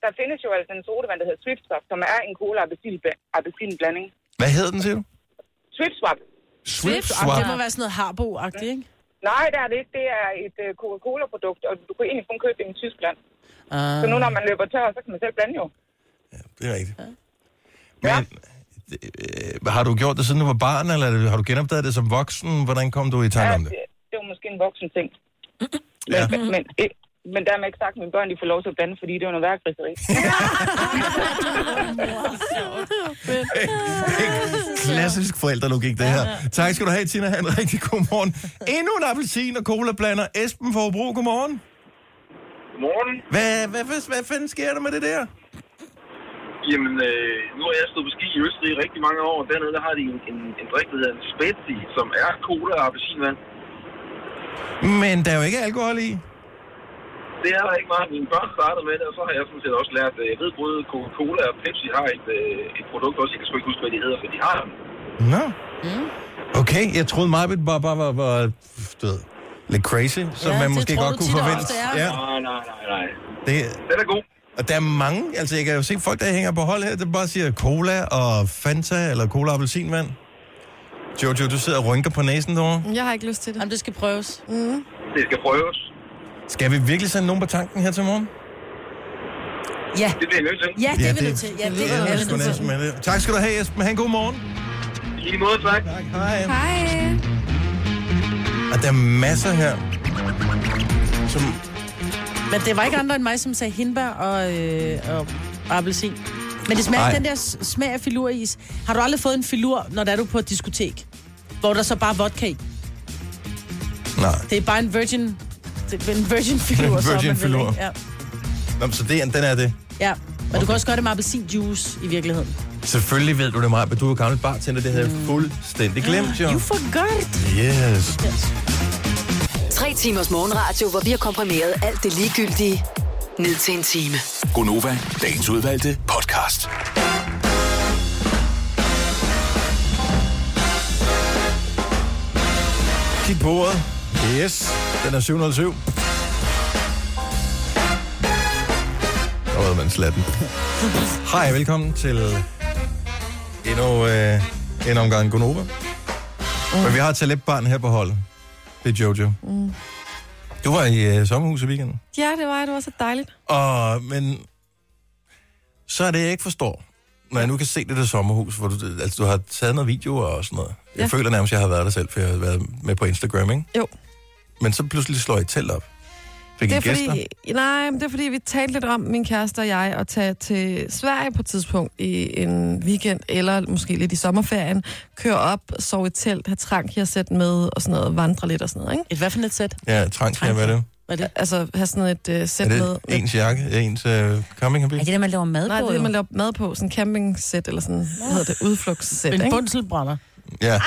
Speaker 10: der findes jo altså en sodavand, der hedder Swift Swap, som er en cola og appelsin- appelsinblanding.
Speaker 1: Hvad hedder den, siger du?
Speaker 10: Swift Swap.
Speaker 1: Swift
Speaker 5: Det må
Speaker 1: Swap.
Speaker 5: være sådan noget harbo-agtigt, ikke?
Speaker 10: Nej, der er det ikke. Det er et øh, Coca-Cola-produkt, og du kan egentlig kun købe det i Tyskland.
Speaker 5: Uh,
Speaker 10: Så nu, når man løber tør, så kan man selv blande jo.
Speaker 1: Det er rigtigt. Men øh, har du gjort det, siden du var barn, eller er det- har du genopdaget det som voksen? Hvordan kom du i tanke
Speaker 10: Ja,
Speaker 1: om det?
Speaker 10: det, øh, det er jo måske en voksen ting. Men,
Speaker 1: Ja.
Speaker 10: men, men, ikke- men dermed ikke sagt, at mine børn de får lov til at blande, fordi det er jo noget værkridseri.
Speaker 1: Klassisk forældrelogik, det her. Tak skal du have, Tina. Ha' en rigtig god morgen. Endnu en appelsin og cola blander. Esben Forbrug, godmorgen.
Speaker 9: Godmorgen.
Speaker 1: Hvad, hvad, hvad, hvad fanden sker der med det der?
Speaker 9: Jamen, øh, nu har jeg stået på ski i Østrig i rigtig mange år, og dernede der har de en, en, en drik, der hedder en spezi, som er cola og appelsinvand.
Speaker 1: Men der er jo ikke alkohol i.
Speaker 9: Det er der ikke meget. Mine børn startede med det, og så har jeg sådan set også lært, øh, jeg ved både Coca-Cola og Pepsi har et, øh, et produkt også, jeg kan sgu ikke huske, hvad de hedder, for de har dem.
Speaker 1: Mm. Nå. Okay, jeg troede mig, bare, bare var, var du ved, lidt crazy, som
Speaker 9: Ja,
Speaker 1: man
Speaker 9: det
Speaker 1: måske
Speaker 9: tror
Speaker 1: godt
Speaker 9: du
Speaker 1: kunne
Speaker 9: tit og
Speaker 1: forvente.
Speaker 9: ofte er. Nej, nej, nej, nej.
Speaker 1: Det,
Speaker 9: Den er god.
Speaker 1: Og der er mange, altså jeg kan jo se folk, der hænger på hold her, der bare siger cola og Fanta, eller cola og appelsinvand. Jojo, du sidder og rynker på næsen derovre.
Speaker 3: Jeg har ikke lyst til det.
Speaker 5: Jamen, det skal prøves.
Speaker 3: Mm.
Speaker 9: Det skal prøves.
Speaker 1: Skal vi virkelig sende nogen på tanken her til morgen?
Speaker 4: Ja.
Speaker 9: Det bliver jeg nødt til.
Speaker 4: Ja,
Speaker 1: det er vi nødt til.
Speaker 4: Ja,
Speaker 1: Det er sgu næsten med det. Tak skal du have, Esben. Ha' en god morgen.
Speaker 9: I lige måde, tak.
Speaker 1: Tak, hej.
Speaker 3: Hej.
Speaker 1: Og der er masser her, som...
Speaker 5: Men det var ikke andre end mig, som sagde hindbær og, øh, og appelsin. Men det smager
Speaker 1: Ej.
Speaker 5: ikke den der s- smag af filuris. Har du aldrig fået en filur, når der er du på et diskotek? Hvor der så bare er vodka i?
Speaker 1: Nej.
Speaker 5: Det er bare en virgin... Det er en virgin filur.
Speaker 1: En
Speaker 5: så,
Speaker 1: virgin
Speaker 5: man vil,
Speaker 1: filur.
Speaker 5: ikke? Ja.
Speaker 1: Nå, så det, er- den er det.
Speaker 5: ja. Og okay. du kan også gøre det med appelsinjuice i virkeligheden.
Speaker 1: Selvfølgelig ved du det, Maja, men du er gammel bartender. Det havde jeg fuldstændig glemt, jo.
Speaker 5: You forgot.
Speaker 1: Yes.
Speaker 6: Tre timers morgenradio, hvor vi har komprimeret alt det ligegyldige ned til en time.
Speaker 7: Gonova, dagens udvalgte podcast.
Speaker 1: Kig på ordet. Yes, den er 707. Der var man slatten. Hej, velkommen til endnu øh, en omgang Gonova. Men vi har et talentbarn her på holdet. Det er Jojo.
Speaker 3: Mm.
Speaker 1: Du var i øh, sommerhus i weekenden.
Speaker 3: Ja, det var jeg. Det var så dejligt.
Speaker 1: Og, men så er det, jeg ikke forstår. Når jeg nu kan se det der sommerhus, hvor du, altså, du har taget noget video og sådan noget. Jeg
Speaker 3: Ja.
Speaker 1: føler nærmest, at jeg har været der selv, for jeg har været med på Instagram, ikke?
Speaker 3: Jo.
Speaker 1: Men så pludselig slår I et telt op. Fik
Speaker 3: det er
Speaker 1: I gæster?
Speaker 3: fordi, nej, men det er fordi, vi talte lidt om, min kæreste og jeg, at tage til Sverige på et tidspunkt i en weekend, eller måske lidt i sommerferien, køre op, sove i telt, have trank her sæt med, og sådan noget, vandre lidt og sådan noget, ikke?
Speaker 5: Et hvad for et sæt?
Speaker 1: Ja, trang kan jeg være det.
Speaker 5: Hvad er det?
Speaker 3: Altså, have sådan et uh, sæt
Speaker 1: Er
Speaker 3: med...
Speaker 1: det ens jakke, ens uh, campinghabil?
Speaker 4: det, man laver mad
Speaker 3: Nej,
Speaker 4: på,
Speaker 3: det er det,
Speaker 4: jo.
Speaker 3: man laver mad på. Sådan en campingsæt, eller sådan, hvad hedder det, udflugtssæt,
Speaker 5: En
Speaker 3: ikke?
Speaker 5: bunselbrænder.
Speaker 1: Ja,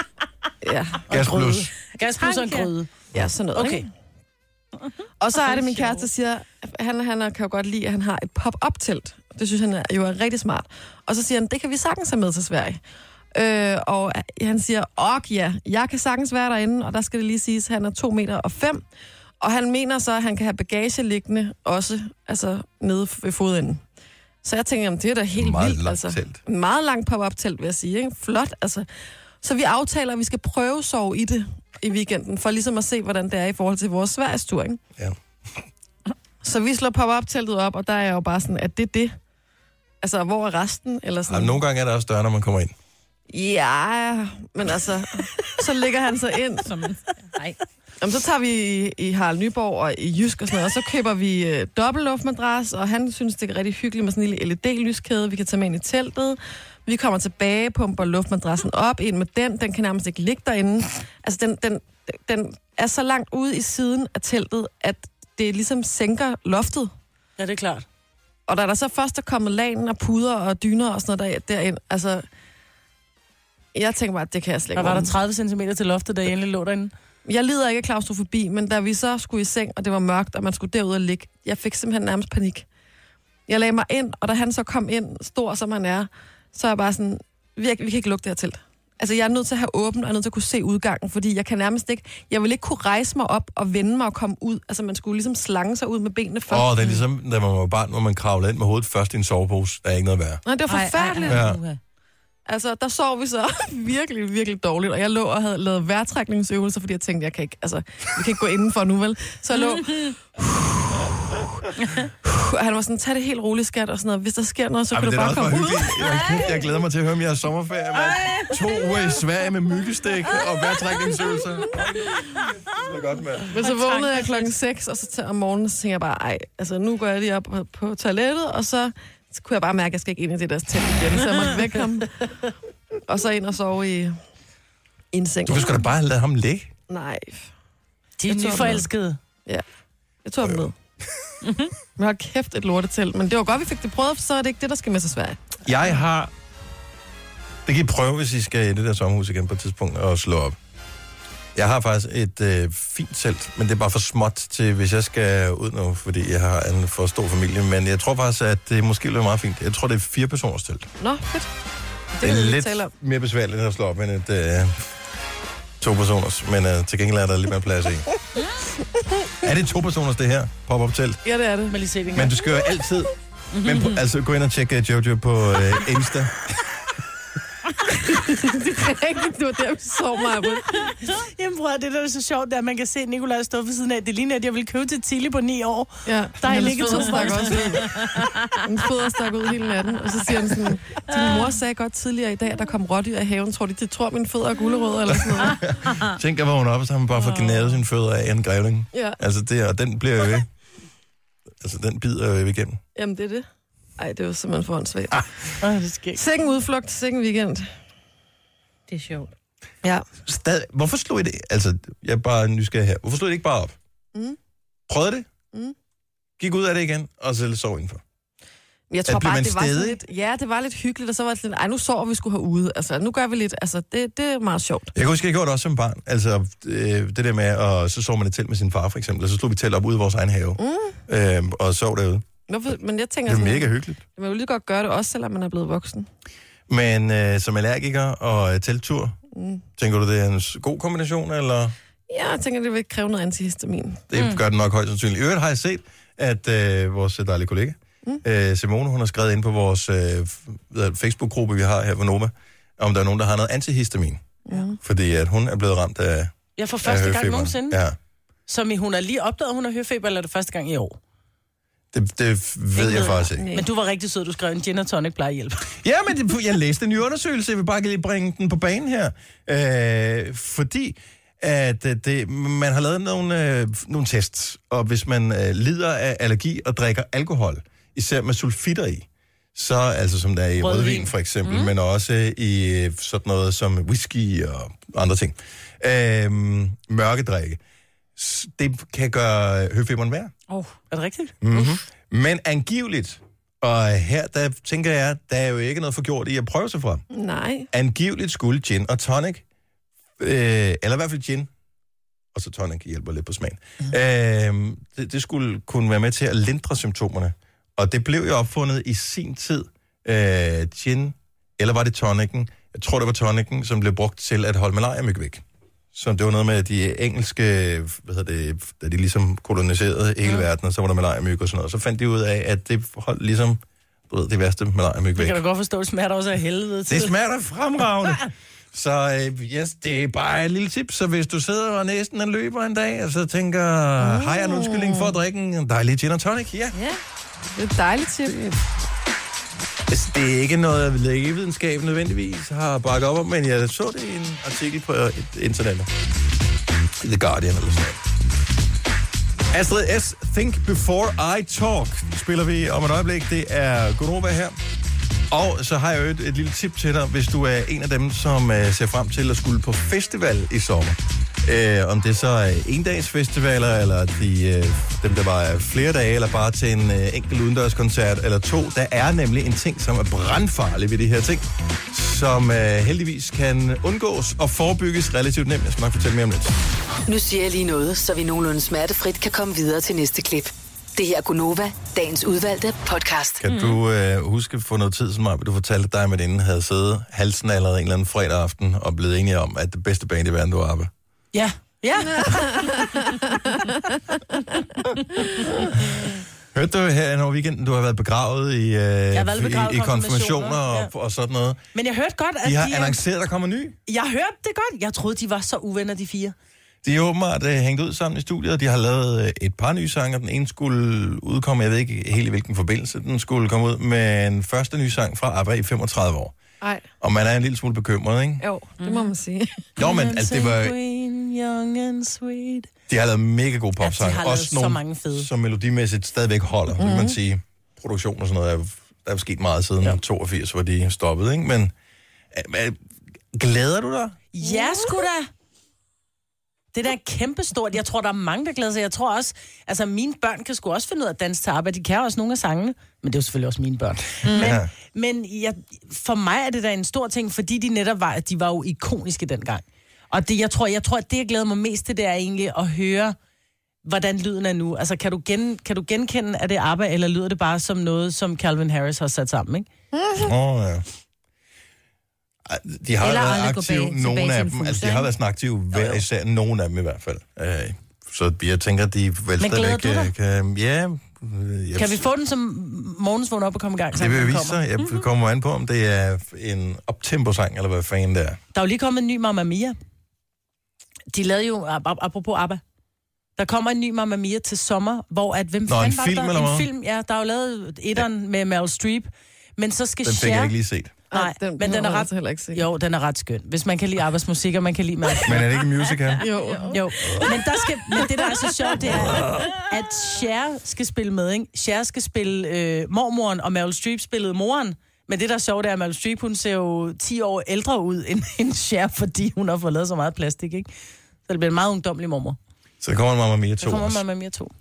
Speaker 3: Ja.
Speaker 1: gasplus.
Speaker 5: Gas plus og en gryde.
Speaker 3: Ja, sådan noget,
Speaker 5: Okay.
Speaker 3: ikke? Og så er det min kæreste, der siger, at han, han kan jo godt lide, at han har et pop-up-telt. Det synes han er, jo er rigtig smart. Og så siger han, det kan vi sagtens have med til Sverige. Øh, og han siger, ok ja, jeg kan sagtens være derinde, og der skal det lige siges, at han er 2 meter og 5. Og han mener så, at han kan have bagage liggende også, altså nede ved fodenden. Så jeg tænker, jamen, det er da helt
Speaker 1: Meget
Speaker 3: vildt.
Speaker 1: langt
Speaker 3: altså.
Speaker 1: telt.
Speaker 3: Meget langt pop-up telt, vil jeg sige. Ikke? Flot, altså. Så vi aftaler, at vi skal prøve sove i det i weekenden, for ligesom at se, hvordan det er i forhold til vores Sveriges tur. Ikke?
Speaker 1: Ja.
Speaker 3: Så vi slår pop-up teltet op, og der er jeg jo bare sådan, at det er det. Altså, hvor er resten? Eller sådan.
Speaker 1: Jamen, nogle gange er der også døre, når man kommer ind.
Speaker 3: Ja, men altså, så ligger han sig ind. Som en...
Speaker 4: Nej.
Speaker 3: Jamen, så tager vi i, i Harald Nyborg og i Jysk og sådan noget, og så køber vi øh, dobbeltluftmadras, og han synes, det er rigtig hyggeligt med sådan en lille LED-lyskæde, vi kan tage med ind i teltet. Vi kommer tilbage, pumper luftmadrassen op, ind med den, den kan nærmest ikke ligge derinde. Altså, den, den, den er så langt ude i siden af teltet, at det ligesom sænker loftet.
Speaker 5: Ja, det er klart.
Speaker 3: Og da der så først er kommet lagen og puder og dyner og sådan noget der, derind, altså... Jeg tænker bare, at det kan jeg slet ikke.
Speaker 5: Der var der
Speaker 3: rumme.
Speaker 5: 30 cm til loftet, da jeg endelig lå derinde.
Speaker 3: Jeg lider ikke af klaustrofobi, men da vi så skulle i seng, og det var mørkt, og man skulle derud og ligge, jeg fik simpelthen nærmest panik. Jeg lagde mig ind, og da han så kom ind, stor som han er, så er jeg bare sådan, vi, er- vi kan ikke lukke det her telt. Altså, jeg er nødt til at have åbent, og jeg er nødt til at kunne se udgangen, fordi jeg kan nærmest ikke, jeg vil ikke kunne rejse mig op og vende mig og komme ud. Altså, man skulle ligesom slange sig ud med benene først.
Speaker 1: Åh, oh, det er ligesom, da man var barn, hvor man kravlede ind med hovedet først i en sovepose. Der er ikke noget værre.
Speaker 3: Nej, det var
Speaker 4: Ej, ej,
Speaker 3: forfærdeligt.
Speaker 1: ej,
Speaker 4: uha.
Speaker 3: Altså, der sov vi så virkelig, virkelig dårligt, og jeg lå og havde lavet vejrtrækningsøvelser, fordi jeg tænkte, jeg kan ikke, altså, vi kan ikke gå indenfor nu, vel? Så jeg lå, og han var sådan, tag det helt roligt, skat, og sådan noget. Hvis der sker noget, så
Speaker 1: Ej,
Speaker 3: kan
Speaker 1: men
Speaker 3: du
Speaker 1: det er da
Speaker 3: bare
Speaker 1: også bare
Speaker 3: komme ud.
Speaker 1: hyggeligt. Jeg, kæft, jeg glæder mig til at høre om jeres sommerferie, mand. To uger i Sverige med myggestik og vejrtrækningsøvelser. Det er godt, mand.
Speaker 3: Men så vågnede jeg klokken 6, og så til, om morgenen, så tænkte jeg bare, ej, altså, nu går jeg lige op på- på toilettet, og så, så kunne jeg bare mærke, at jeg skal ikke ind i det der telt igen, så jeg måtte væk ham. Og så ind og sove i, i en seng.
Speaker 1: Du kan sgu da bare lade ham ligge.
Speaker 3: Nej.
Speaker 5: De er
Speaker 3: Jeg tror,
Speaker 5: nyforelskede.
Speaker 3: Ja. Jeg tog dem med. Mhm. Men har kæft et lortetelt, men det var godt, vi fik det prøvet, for så er det ikke det, der skal med til Sverige.
Speaker 1: Jeg har... Det kan I prøve, hvis I skal i det der sommerhus igen på et tidspunkt og slå op. Jeg har faktisk et øh, fint telt, men det er bare for småt til, hvis jeg skal ud nu, fordi jeg har en for stor familie. Men jeg tror faktisk, at det måske bliver meget fint. Jeg tror, det er fire personers telt.
Speaker 3: Nå, fedt. Det,
Speaker 1: Det er
Speaker 3: kan vi
Speaker 1: lidt
Speaker 3: tale om.
Speaker 1: mere besværligt at slå op end et øh, to personers, men øh, til gengæld er der lidt mere plads i. er det to personers, det her pop-up telt?
Speaker 3: Ja, det er det.
Speaker 5: Men lige se det
Speaker 1: Men du skal jo altid... Men på, altså, gå ind og tjek øh, Jojo på øh, Insta.
Speaker 3: det er rigtigt, det var der, vi så mig.
Speaker 2: Jamen prøv at høre, det der er så sjovt, det er, at man kan se Nikolaj stå ved siden af. Det ligner, at jeg ville købe til Tilly på 9 år.
Speaker 3: Ja,
Speaker 2: der er
Speaker 3: hendes
Speaker 2: ligget to
Speaker 3: fødder stak også ud. Hun fødder stak ud hele natten, og så siger han sådan, din mor sagde godt tidligere i dag, at der kom rådyr i haven. Tror de, de tror, min fødder er gulerødder eller sådan noget?
Speaker 1: Tænk at vågne op, og så har man bare fået gnævet sine fødder af en grævling.
Speaker 3: Ja.
Speaker 1: Altså, det, og den bliver jo ved. Altså, den bider jo igennem.
Speaker 3: Jamen, det er det. Ej, det var simpelthen for åndssvagt. Ah.
Speaker 5: Åh, det sker ikke.
Speaker 3: Sikken udflugt, sikken weekend.
Speaker 4: Det er sjovt.
Speaker 3: Ja.
Speaker 1: Stad, hvorfor slog I det? Altså, jeg er bare nysgerrig her. Hvorfor slog I det ikke bare op?
Speaker 3: Mm.
Speaker 1: Prøvede det?
Speaker 3: Mm.
Speaker 1: Gik ud af det igen, og så sov indenfor.
Speaker 3: Jeg
Speaker 1: At
Speaker 3: tror
Speaker 1: blev
Speaker 3: bare,
Speaker 1: man
Speaker 3: det var sådan
Speaker 1: stædig?
Speaker 3: lidt, ja, det var lidt hyggeligt, og så var det sådan, ej, nu sover vi skulle herude. Altså, nu gør vi lidt, altså, det, det er meget sjovt.
Speaker 1: Jeg kan huske, jeg gjorde det også som barn. Altså, øh, det der med, at så sov man et telt med sin far, for eksempel, og så slog vi telt op ude i vores egen have, mm. øh, og sov derude.
Speaker 3: Hvorfor, men jeg tænker
Speaker 1: Det er
Speaker 3: sådan,
Speaker 1: mega hyggeligt.
Speaker 3: man vil lige godt gøre det også, selvom man er blevet voksen.
Speaker 1: Men øh, som allergiker og øh, telttur, mm. tænker du, det er en s- god kombination, eller?
Speaker 3: Ja, jeg tænker, det vil kræve noget antihistamin.
Speaker 1: Det mm. gør den nok højst sandsynligt. I øvrigt har jeg set, at øh, vores dejlige kollega, mm. øh, Simone, hun har skrevet ind på vores øh, f- hvad er det, Facebook-gruppe, vi har her på Noma, om der er nogen, der har noget antihistamin.
Speaker 3: Ja.
Speaker 1: Fordi at hun er blevet ramt af
Speaker 5: Jeg får
Speaker 1: af
Speaker 5: første gang
Speaker 1: høfeberen.
Speaker 5: nogensinde.
Speaker 1: Ja,
Speaker 5: Som i, hun har lige opdaget, at hun har høfeber, eller er det første gang i år?
Speaker 1: det, det ved jeg faktisk ikke.
Speaker 5: Men du var rigtig sød, du skrev en gin og tonic plejehjælp.
Speaker 1: Ja, men det, jeg læste en ny undersøgelse, jeg vil bare lige bringe den på banen her. Øh, fordi at øh, det, man har lavet nogle, øh, nogle tests, og hvis man øh, lider af allergi og drikker alkohol, især med sulfitter i, så altså som der er i
Speaker 7: Rødvin.
Speaker 1: rødvin, for eksempel, mm. men også i øh, sådan noget som whisky og andre ting, øh, mørkedrikke, s- det kan gøre høfeberen værre.
Speaker 5: Åh, oh, er det rigtigt?
Speaker 1: Mm-hmm. Men angiveligt, og her der tænker jeg, der er jo ikke noget forgjort i at prøve sig frem.
Speaker 3: Nej.
Speaker 1: Angiveligt skulle gin og tonic, øh, eller i hvert fald gin, og så tonic hjælper lidt på smagen. Mm. Øh, det, det skulle kunne være med til at lindre symptomerne. Og det blev jo opfundet i sin tid, øh, gin, eller var det tonicen? Jeg tror, det var tonicen, som blev brugt til at holde malariamyg væk. Som det var noget med at de engelske, hvad hedder det, da de ligesom koloniserede hele verden, og så var der malariamyg og sådan noget. Så fandt de ud af, at det holdt ligesom, du ved, det værste malariamyg
Speaker 5: Det
Speaker 1: væk.
Speaker 5: kan du godt forstå, det smerter også af helvede til.
Speaker 1: Det smager da fremragende. Så øh, yes, det er bare et lille tip, så hvis du sidder og næsten en løber en dag, og så tænker, mm. har jeg en undskyldning for at drikke en dejlig gin og tonic? Ja.
Speaker 3: Ja, det er et dejligt tip.
Speaker 1: Altså, det er ikke noget, lægevidenskaben nødvendigvis har bakket op om, men jeg så det i en artikel på øh, et- internettet. I The Guardian eller sådan noget. Astrid S. Think Before I Talk spiller vi om et øjeblik. Det er Gunova her. Og så har jeg jo et, et lille tip til dig, hvis du er en af dem, som øh, ser frem til at skulle på festival i sommer. Øh, om det så er endagsfestivaler, eller de, øh, dem, der var flere dage, eller bare til en øh, enkelt udendørskoncert, eller to. Der er nemlig en ting, som er brandfarlig ved de her ting, som øh, heldigvis kan undgås og forebygges relativt nemt. Jeg skal nok fortælle mere om lidt.
Speaker 6: Nu siger jeg lige noget, så vi nogenlunde smertefrit kan komme videre til næste klip. Det her er Gunova, dagens udvalgte podcast.
Speaker 5: Mm.
Speaker 1: Kan du øh, huske for noget tid som mig, du fortalte dig, at man inden havde siddet halsen allerede en eller anden fredag aften og blevet enige om, at det bedste band i verden, du var oppe.
Speaker 5: Ja. Ja.
Speaker 1: Hørte du her hen over weekenden, du har været begravet i, øh,
Speaker 5: har været begravet
Speaker 1: i, i
Speaker 5: i
Speaker 1: konfirmationer og,
Speaker 5: konfirmationer,
Speaker 1: og sådan noget.
Speaker 5: Men jeg hørte godt, at
Speaker 1: De har
Speaker 5: de...
Speaker 1: annonceret, at der kommer en ny.
Speaker 5: Jeg hørte det godt. Jeg troede, de var så uvenner, de fire.
Speaker 1: De er åbenbart øh, hængt ud sammen i studiet, og de har lavet øh, et par nye sange. Den ene skulle udkomme, jeg ved ikke helt i hvilken forbindelse den skulle komme ud, men første nye sang fra ABBA i 35 år.
Speaker 3: Ej,
Speaker 1: Og man er en lille smule bekymret, ikke?
Speaker 3: jo, det må man sige.
Speaker 1: Jo, men altså, det var,
Speaker 5: Queen, young and sweet.
Speaker 1: de har lavet mega gode popsange.
Speaker 5: Ja, de har lavet så mange fede. Mhm.
Speaker 1: som melodimæssigt stadigvæk holder, mm-hmm. vil man sige. Produktion og sådan noget, er, jo- der er jo sket meget siden ja. 82, hvor de stoppede, ikke? Men øh, øh, glæder du dig?
Speaker 5: Ja, sgu da. Det der er kæmpestort. Jeg tror, der er mange, der glæder sig. Jeg tror også, altså mine børn kan sgu også finde ud af at danse til arbejde. De kan også nogle af sangene, men det er jo selvfølgelig også mine børn. Mm. Men,
Speaker 1: Ja.
Speaker 5: men jeg, for mig er det da en stor ting, fordi de netop var, de var jo ikoniske dengang. Og det, jeg tror, jeg tror, at det, jeg glæder mig mest til, det er egentlig at høre, hvordan lyden er nu. Altså, kan du, gen, kan du genkende, at det arbejde, eller lyder det bare som noget, som Calvin Harris har sat sammen, ikke?
Speaker 1: Åh, oh, ja. de
Speaker 11: Eller
Speaker 1: har Eller været
Speaker 11: aldrig gå
Speaker 1: aktive,
Speaker 11: bag-
Speaker 1: nogle
Speaker 11: tilbage
Speaker 1: af
Speaker 11: til en
Speaker 1: dem.
Speaker 11: fuse,
Speaker 1: altså, de har
Speaker 11: ikke?
Speaker 1: været sådan aktive, hver især nogle af dem i hvert fald. Øh, så jeg tænker, de vel
Speaker 5: Men glæder
Speaker 1: stadigvæk...
Speaker 5: du
Speaker 1: øh,
Speaker 5: dig?
Speaker 1: Kan, ja, øh, jeg,
Speaker 5: Kan vi få den, som Mogens vågner op og kommer i gang? så
Speaker 1: det vil
Speaker 5: den
Speaker 1: vise
Speaker 5: kommer? Mhm.
Speaker 1: sig. Jeg kommer an på, om det er en optempo-sang, eller hvad fanden det er.
Speaker 5: Der er jo lige kommet en ny Mamma Mia. De lavede jo, ap- ap- apropos ABBA, der kommer en ny Mamma Mia til sommer, hvor at, hvem
Speaker 1: Nå,
Speaker 5: fanden
Speaker 1: en
Speaker 5: var
Speaker 1: film,
Speaker 5: der?
Speaker 1: eller
Speaker 5: en
Speaker 1: hvad?
Speaker 5: film, ja, der er jo lavet etteren ja. med Meryl Streep, men så skal
Speaker 1: Den fik
Speaker 5: Cher-
Speaker 1: jeg ikke lige set.
Speaker 5: Nej, den, men den
Speaker 3: har
Speaker 5: er
Speaker 3: jeg
Speaker 5: ret... Heller ikke jo, den er ret skøn. Hvis man kan lide arbejdsmusik, og man kan lide mad.
Speaker 1: Men er det ikke en musical?
Speaker 5: Jo. jo. Men, der skal, men det, der er så sjovt, det er, at Cher skal spille med, ikke? Cher skal spille øh, mormoren, og Meryl Streep spillede moren. Men det, der er sjovt, det er, at Meryl Streep, hun ser jo 10 år ældre ud end, end Cher, fordi hun har fået lavet så meget plastik, ikke? Så det bliver en meget ungdomlig mormor.
Speaker 1: Så der kommer en Mamma Mia 2
Speaker 5: Så kommer
Speaker 1: også.
Speaker 5: man med mere to.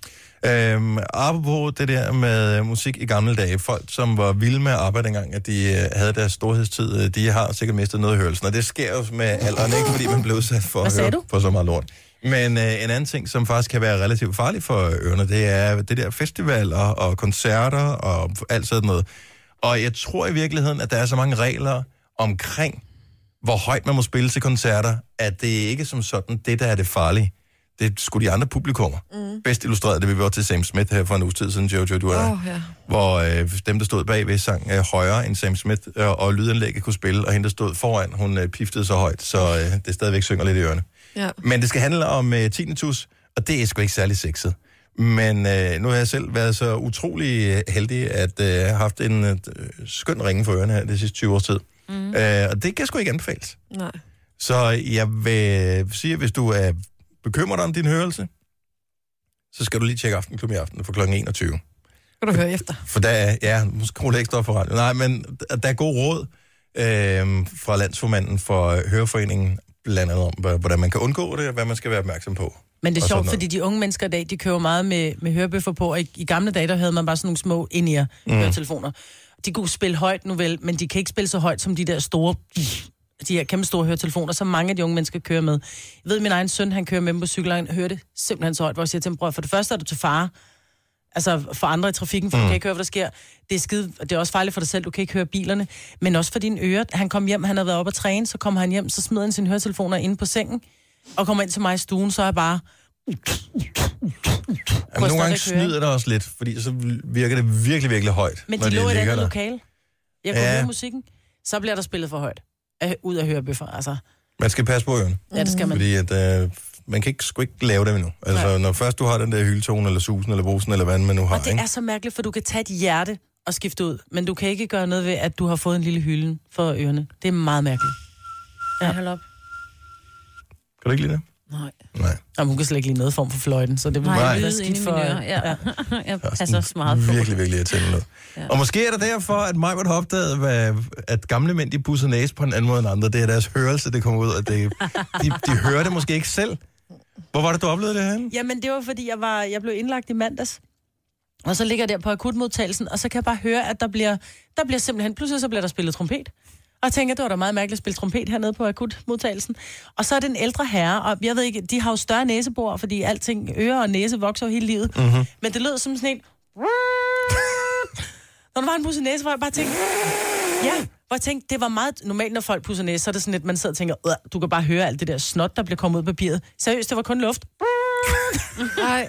Speaker 1: Øhm, apropos det der med øh, musik i gamle dage, folk som var vilde med arbejde dengang, at de øh, havde deres storhedstid, øh, de har sikkert mistet noget af hørelsen, og det sker jo med alderen, ikke fordi man blev udsat for at
Speaker 12: Hvad sagde
Speaker 1: høre
Speaker 12: du?
Speaker 1: på så meget lort. Men øh, en anden ting, som faktisk kan være relativt farlig for ørerne, det er det der festivaler og koncerter og alt sådan noget. Og jeg tror i virkeligheden, at der er så mange regler omkring, hvor højt man må spille til koncerter, at det ikke som sådan det, der er det farlige. Det skulle de andre publikummer. Mm. Bedst illustreret det, vi var til Sam Smith her for en uges tid siden, Jojo, du er
Speaker 3: Åh, oh, ja.
Speaker 1: hvor øh, dem, der stod bagved, sang øh, højere end Sam Smith, øh, og lydanlægget kunne spille, og hende, der stod foran, hun øh, piftede så højt, så øh, det stadigvæk synger lidt i ørerne.
Speaker 3: ja.
Speaker 1: Men det skal handle om øh, tinnitus, og det er sgu ikke særlig sexet. Men øh, nu har jeg selv været så utrolig øh, heldig, at øh, jeg har haft en øh, skøn ringe for ørerne her de sidste 20 års tid. Mm. Øh, og det kan sgu ikke anbefales.
Speaker 3: Nej.
Speaker 1: Så jeg vil sige, at hvis du er bekymret om din hørelse, så skal du lige tjekke Aftenklubben i aften for kl. 21.
Speaker 3: Kan du høre efter?
Speaker 1: For der er, ja, nu skruer det ekstra op for radio. Nej, men der- der er gode råd øh, fra landsformanden for øh, Høreforeningen, blandt andet om, hva- hvordan man kan undgå det, og hvad man skal være opmærksom på.
Speaker 5: Men det er
Speaker 1: Og sådan
Speaker 5: sjovt,
Speaker 1: noget.
Speaker 5: fordi de unge mennesker i dag, de kører meget med, med hørebøffer på, og i, i gamle dage, der havde man bare sådan nogle små in ear
Speaker 1: Mm.
Speaker 5: høretelefoner. De kunne spille højt nu vel, men de kan ikke spille så højt som de der store, de her kæmpe store høretelefoner, som mange af de unge mennesker kører med. Jeg ved, min egen søn, han kører med dem på cykler, han hører det simpelthen så højt, hvor jeg siger til ham, bror, for det første er du til fare, altså for andre i trafikken, for mm. du
Speaker 13: Mm.
Speaker 5: kan ikke høre, hvad der sker. Det er, skide, det er også farligt for dig selv, du kan ikke høre bilerne, men også for dine ører. Han kom hjem, han havde været oppe at træne, så kom han hjem, så smed han sine høretelefoner inde på sengen, og kommer ind til mig i stuen, så er jeg bare...
Speaker 1: Jamen, nogle gange
Speaker 5: stadig høre.
Speaker 1: snyder det også lidt, fordi så virker det virkelig, virkelig højt,
Speaker 5: Men
Speaker 1: når
Speaker 5: de lå i et
Speaker 1: ligger
Speaker 5: andet
Speaker 1: der.
Speaker 5: lokale. Jeg kunne
Speaker 1: Ja.
Speaker 5: ja. høre musikken, så bliver der spillet for højt. Af, ud af hørebøffer, altså.
Speaker 1: Man skal passe på ørerne.
Speaker 5: Ja, det skal man.
Speaker 1: Fordi at, øh, man kan ikke, sgu ikke lave dem endnu. Altså, Nej. når først du har den der hyldtone, eller susen, eller brusen, eller hvad man nu har,
Speaker 5: Og det
Speaker 1: ikke?
Speaker 5: er så mærkeligt, for du kan tage et hjerte og skifte ud, men du kan ikke gøre noget ved, at du har fået en lille hylden for ørerne. Det er meget mærkeligt. Ja, hold op.
Speaker 1: Kan du ikke lide det?
Speaker 4: Nej.
Speaker 1: Nej.
Speaker 5: Jamen, hun kan slet ikke lide noget form for fløjten, så det vil
Speaker 4: Nej,
Speaker 5: bare
Speaker 4: lyde
Speaker 5: være
Speaker 4: inde i
Speaker 5: skidt
Speaker 4: mine
Speaker 5: for...
Speaker 4: ører. Ja. Jeg
Speaker 1: Altså,
Speaker 4: passer så meget på.
Speaker 1: Virkelig, virkelig irriterende noget. Ja. Og måske er det derfor, at Majbert har opdaget, hvad, at gamle mænd, de pusser næse på en anden måde end andre. Det er deres hørelse, det kommer ud, og det, de, de hører det måske ikke selv. Hvor var det, du oplevede det her?
Speaker 5: Jamen, det var, fordi jeg, var, jeg blev indlagt i mandags. Og så ligger jeg der på akutmodtagelsen, og så kan jeg bare høre, at der bliver, der bliver simpelthen... Pludselig så bliver der spillet trompet. Og jeg tænker, det var da meget mærkeligt at spille trompet hernede på akutmodtagelsen. Og så er det en ældre herre, og jeg ved ikke, de har jo større næsebor, fordi alting ører og næse vokser jo hele livet.
Speaker 13: Mhm.
Speaker 5: Men det lød som sådan en... Når der var en pus i næse, hvor jeg bare tænkte... Ja, hvor jeg tænkte, det var meget... Normalt, når folk pusser næse, så er det sådan lidt, man sidder og tænker, "Uah, du kan bare høre alt det der snot, der bliver kommet ud af papiret. Seriøst, det var kun luft.
Speaker 3: Nej.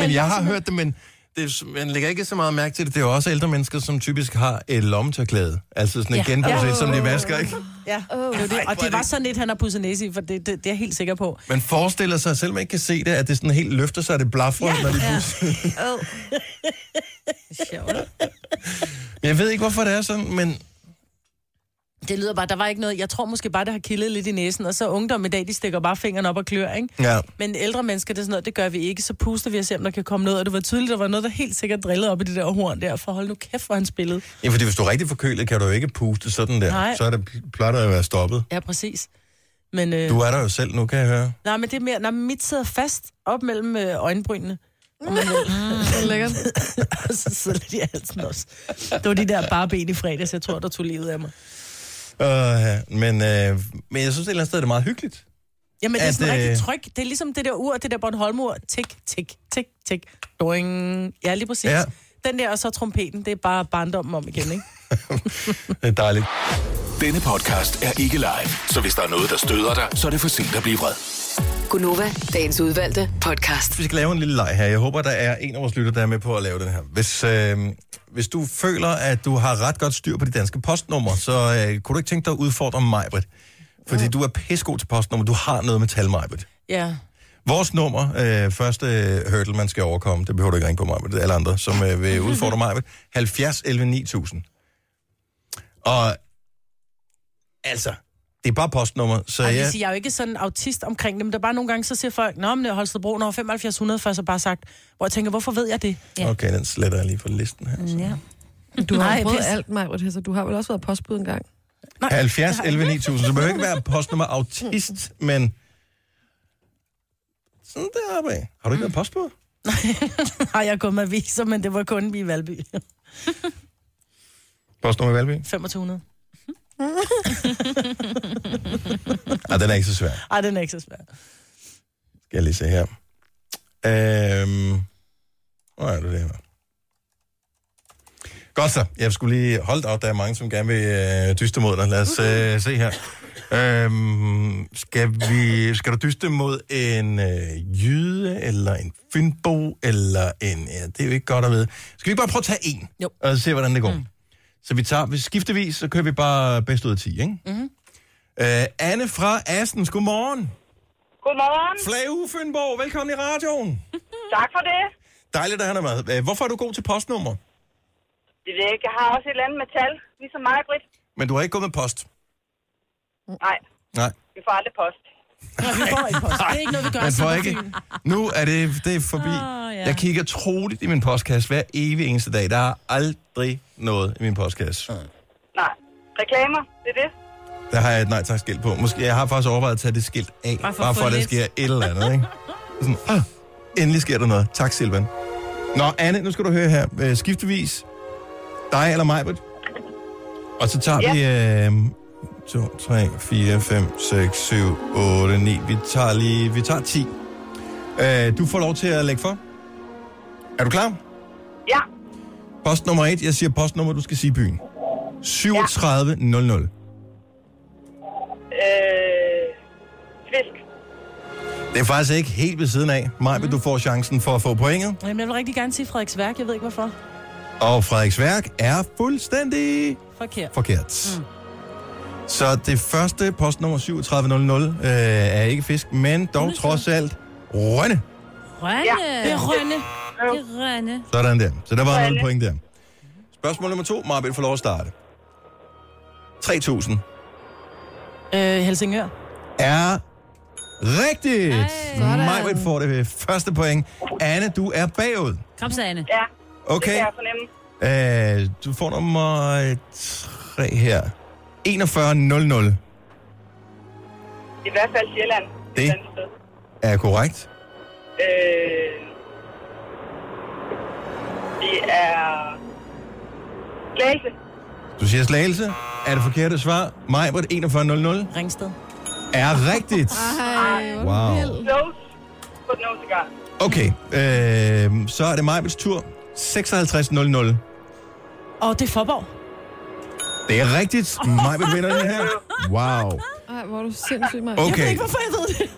Speaker 1: Men jeg har hørt det, men det, er s- man lægger ikke så meget mærke til det. Det er jo også ældre mennesker, som typisk har et lommetørklæde. Altså sådan et ja. genbrugsæt, ja. som de vasker, ikke?
Speaker 5: Ja, oh, det, var det. og det var sådan lidt, han har pudset næse i, for det, det, det er jeg helt sikker på.
Speaker 1: Man forestiller sig, selvom man ikke kan se det, at det sådan helt løfter sig, og det blaffer, ja. når de
Speaker 5: Ja.
Speaker 1: pusser.
Speaker 5: Oh.
Speaker 1: Men jeg ved ikke, hvorfor det er sådan, men
Speaker 5: Det lyder bare, der var ikke noget, jeg tror måske bare, det har kildet lidt i næsen, og så ungdom i dag, de stikker bare fingrene op og klør, ikke?
Speaker 1: ja.
Speaker 5: Men ældre mennesker, det er sådan noget, det gør vi ikke, så puster vi og ser, om der kan komme noget, og det var tydeligt, der var noget, der helt sikkert drillede op i det der horn der, for hold nu kæft, hvor han spillede.
Speaker 1: Ja, fordi hvis du er rigtig forkølet, kan du jo ikke puste sådan der.
Speaker 5: Nej.
Speaker 1: Så er det plotter at være stoppet.
Speaker 5: Ja, præcis. Men, øh,
Speaker 1: Du er der jo selv nu, kan jeg høre.
Speaker 5: Nej, men det er mere, nej, men mit sidder fast op mellem øh, øjenbrynene. Mm. Det er lækkert. og så sidder lidt i halsen også. Det var de der bare ben i fredags, jeg tror, der tog livet af mig.
Speaker 1: Uh, ja. men, øh, men jeg synes, et eller andet sted er det meget hyggeligt.
Speaker 5: Jamen, det er
Speaker 1: At,
Speaker 5: sådan
Speaker 1: øh,
Speaker 5: rigtig tryk. Det er ligesom det der ur, det der Bornholm-ur. Tik, tik, tik, tik. Doing. Ja, lige præcis.
Speaker 1: Ja.
Speaker 5: Ja. Den der og så trompeten, det er bare barndommen om igen, ikke?
Speaker 1: Det er dejligt.
Speaker 7: Denne podcast er ikke live, så hvis der er noget, der støder dig, så er det for sent at blive vred.
Speaker 6: Gunova, dagens udvalgte podcast.
Speaker 1: Vi skal lave en lille leg her. Jeg håber, der er en af vores lytter, der er med på at lave den her. Hvis, øh, hvis du føler, at du har ret godt styr på de danske postnumre, så øh, kunne du ikke tænke dig at udfordre mig, Britt? Fordi du er pissegod til postnummer. Du har noget med tal, mig, Britt.
Speaker 5: Ja.
Speaker 1: Vores nummer, øh, første hurdle, man skal overkomme, det behøver du ikke ringe på mig, men det er alle andre, som øh, vil udfordre mig, 70 11 9000. Og altså, det er bare postnummer, så
Speaker 5: Ej,
Speaker 1: jeg...
Speaker 5: jeg... jeg er jo ikke sådan autist omkring det, men der er bare nogle gange, så siger folk, Nå, men Holstebro når 7500, for så bare sagt, hvor jeg tænker, hvorfor ved jeg det?
Speaker 1: Okay, den sletter jeg lige fra listen her.
Speaker 4: Ja.
Speaker 3: Du har
Speaker 5: Nej,
Speaker 3: Nej, prøvet
Speaker 5: pis.
Speaker 3: alt, Maja, så du har vel også været postbud engang?
Speaker 1: 70 11 9000, så behøver ikke være postnummer autist, men... Sådan deroppe af. Har du ikke været postbud?
Speaker 5: Nej, jeg er gået med aviser, men det var kun i Valby.
Speaker 1: Postnummer i Valby?
Speaker 5: 2500.
Speaker 1: Nej, den er ikke så svær.
Speaker 5: Ej, den er ikke så svær.
Speaker 1: Skal jeg lige se her. Øhm... Hvor er du det her? Godt så. Jeg skulle lige holde op. Der er mange, som gerne vil øh, dyste mod dig. Lad os øh, se her. Øhm, skal, vi, skal du dyste mod en øh, jyde, eller en fynbo, eller en... Ja, det er jo ikke godt at vide. Skal vi ikke bare prøve at tage en, jo. og se, hvordan det går? Mm. Så vi tager vi skiftevis, så kører vi bare bedst ud af 10, ikke? Mm-hmm. Øh, Anne fra Astens, godmorgen.
Speaker 10: Godmorgen.
Speaker 1: Flave Fynborg, velkommen i radioen.
Speaker 10: Tak for det.
Speaker 1: Dejligt, at han er med. Øh, Hvorfor er du god til postnummer?
Speaker 10: Det ved jeg ikke. Jeg har også et eller andet med tal, ligesom mig, Britt.
Speaker 1: Men du har ikke gået med post.
Speaker 10: Nej,
Speaker 1: Nej.
Speaker 10: vi får aldrig post.
Speaker 5: Nej, vi får ikke post. Det Ah, er ikke noget, vi gør.
Speaker 1: Man får
Speaker 5: som
Speaker 1: ikke.
Speaker 5: Fyn.
Speaker 1: Nu er det, det er forbi. Oh, ja. Jeg kigger troligt i min postkasse hver evig eneste dag. Der er aldrig noget i min postkasse.
Speaker 10: Nej. Reklamer, det er det.
Speaker 1: Der har jeg et nej tak skilt på. Måske, jeg har faktisk overvejet at tage det skilt af, bare
Speaker 10: for
Speaker 1: for,
Speaker 10: at
Speaker 1: bare
Speaker 10: få
Speaker 1: for at der
Speaker 10: lidt.
Speaker 1: sker et eller andet. Ikke? Sådan, ah, endelig sker der noget. Tak, Silvan. Nå, Anne, nu skal du høre her. Øh, skiftevis. Dig eller mig, Og så tager ja. vi... Øh, 2, 3, 4, 5, 6, 7, 8, 9. Vi tager lige... Vi tager 10. Øh, du får lov til at lægge for. Er du klar?
Speaker 10: Ja.
Speaker 1: Post nummer 1. Jeg siger postnummer, du skal sige byen. 3700.
Speaker 10: Øh, fisk.
Speaker 1: Det er faktisk ikke helt ved siden af. Maj, mm. du får chancen for at få pointet.
Speaker 5: Jamen, jeg vil rigtig gerne sige Frederiks værk. Jeg ved ikke, hvorfor.
Speaker 1: Og Frederiks værk er fuldstændig
Speaker 5: Forkert.
Speaker 1: forkert. Mm. Så det første postnummer 3700 øh, er ikke fisk, men dog trods alt Rønne.
Speaker 4: Rønne. Ja. Det er Rønne. Det er Rønne.
Speaker 1: Sådan der. Så der var
Speaker 4: Rønne.
Speaker 1: nogle point der. Spørgsmål nummer to. Marbet får lov at starte. 3000
Speaker 5: Øh, Helsingør.
Speaker 1: er rigtigt. Marbet får det første point. Anne, du er bagud.
Speaker 4: Kom så, Anne.
Speaker 10: Ja.
Speaker 1: Okay.
Speaker 10: Det kan jeg fornemme.
Speaker 1: Øh, du får nummer 3 her. 4100.
Speaker 10: I hvert fald Sjælland.
Speaker 1: Det er korrekt.
Speaker 10: Øh, det er... Læse.
Speaker 1: Du siger slagelse. Er det forkerte svar? Majbert 4100
Speaker 5: Ringsted.
Speaker 1: er rigtigt.
Speaker 10: Ej,
Speaker 1: hvor Wow. vild.
Speaker 10: Nose. På den nåsegar.
Speaker 1: Okay, øh, så er det Majberts tur. 5600.
Speaker 5: Og det er Forborg.
Speaker 1: Det er rigtigt. Majbert vinder den her. Wow.
Speaker 3: Ej, hvor er du sindssyg, Maja.
Speaker 1: Okay. Jeg ved ikke, hvorfor
Speaker 5: jeg ved det.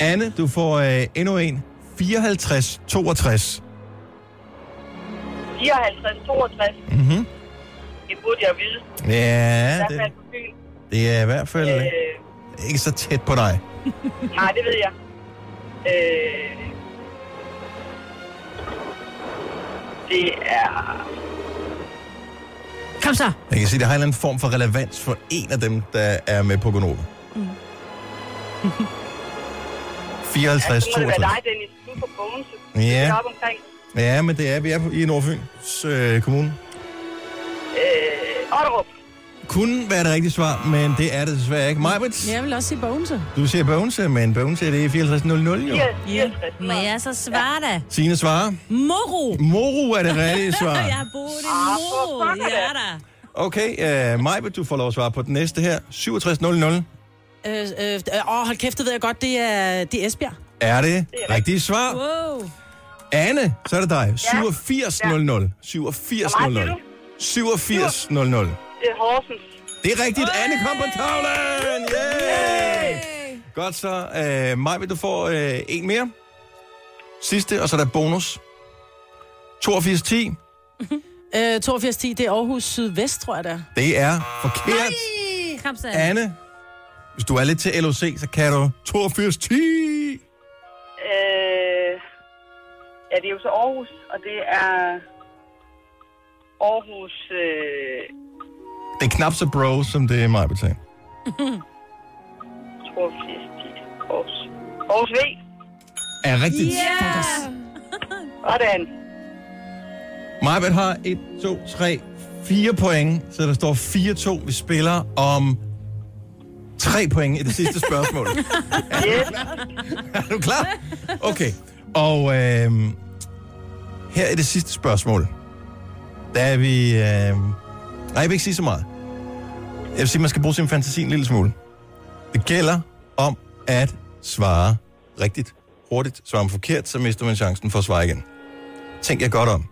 Speaker 1: Anne, du får øh, endnu en. 5462.
Speaker 10: 54, 62.
Speaker 1: Mhm.
Speaker 10: Det burde jeg vide. I
Speaker 1: Ja,
Speaker 10: hvert
Speaker 1: det,
Speaker 10: fald på Fyn.
Speaker 1: det er i hvert fald øh,
Speaker 10: Øh,
Speaker 1: ikke så tæt på dig.
Speaker 10: nej, det ved jeg. Øh, det er...
Speaker 4: Kom så.
Speaker 1: Jeg kan sige, det har en eller anden form for relevans for en af dem, der er med på Gonova.
Speaker 10: Mm.
Speaker 1: 54,
Speaker 10: så må Altså, det være
Speaker 1: 62.
Speaker 10: dig, Dennis. Du er på Bogense.
Speaker 1: Ja.
Speaker 10: Det er op omkring.
Speaker 1: Ja, men det er, vi er på- i Nordfyn øh, Kommune.
Speaker 10: Øh, Otterup.
Speaker 1: Kunne være det rigtige svar, men det er det desværre ikke. Majbrit,
Speaker 5: Jeg vil også sige Bogense.
Speaker 1: du siger Bogense, men Bogense det er 5400 jo.
Speaker 4: Ja. Må jeg så svare da?
Speaker 1: Signe svarer.
Speaker 4: Moro.
Speaker 1: Moro er det rigtige svar.
Speaker 4: jeg har boet i Moro. Ja, da.
Speaker 1: Okay, øh, Majbrit, du får lov at svare på den næste her. 6700
Speaker 5: Øh, øh, øh, åh, hold kæft, det ved jeg godt. Det er, det er Esbjerg.
Speaker 1: er det rigtige svar.
Speaker 5: Wow.
Speaker 1: Anne, så er det dig. 8700. 8700.
Speaker 10: Hvor
Speaker 1: 8700.
Speaker 10: Det er Horsens.
Speaker 1: Det er rigtigt. Anne kom på tavlen! Yay! Godt så. Øh, Maj, vil du få øh, en mere? Sidste, og så er der bonus.
Speaker 2: Øh,
Speaker 1: 8210.
Speaker 2: 8210, det er Aarhus Sydvest, tror jeg det er.
Speaker 1: Det er forkert.
Speaker 2: Nej!
Speaker 1: Anne, hvis du er lidt til LOC, så kan du 8210.
Speaker 10: Øh, ja, det er jo så Aarhus, og det er Aarhus... Øh,
Speaker 1: Det er knap så bro, som det er mig betalt.
Speaker 10: Aarhus, Aarhus, Aarhus V.
Speaker 1: Er rigtigt.
Speaker 10: Sådan.
Speaker 1: Majbet har 1, 2, 3, 4 point, så der står 4-2. Vi spiller om 3 point i det sidste spørgsmål.
Speaker 10: Yes.
Speaker 1: er du klar? Okay. Og øh, her er det sidste spørgsmål. Der er vi... Øh... Nej, jeg vil ikke sige så meget. Jeg vil sige, at man skal bruge sin fantasi en lille smule. Det gælder om at svare rigtigt hurtigt. Svarer man forkert, så mister man chancen for at svare igen. Tænk jer godt om.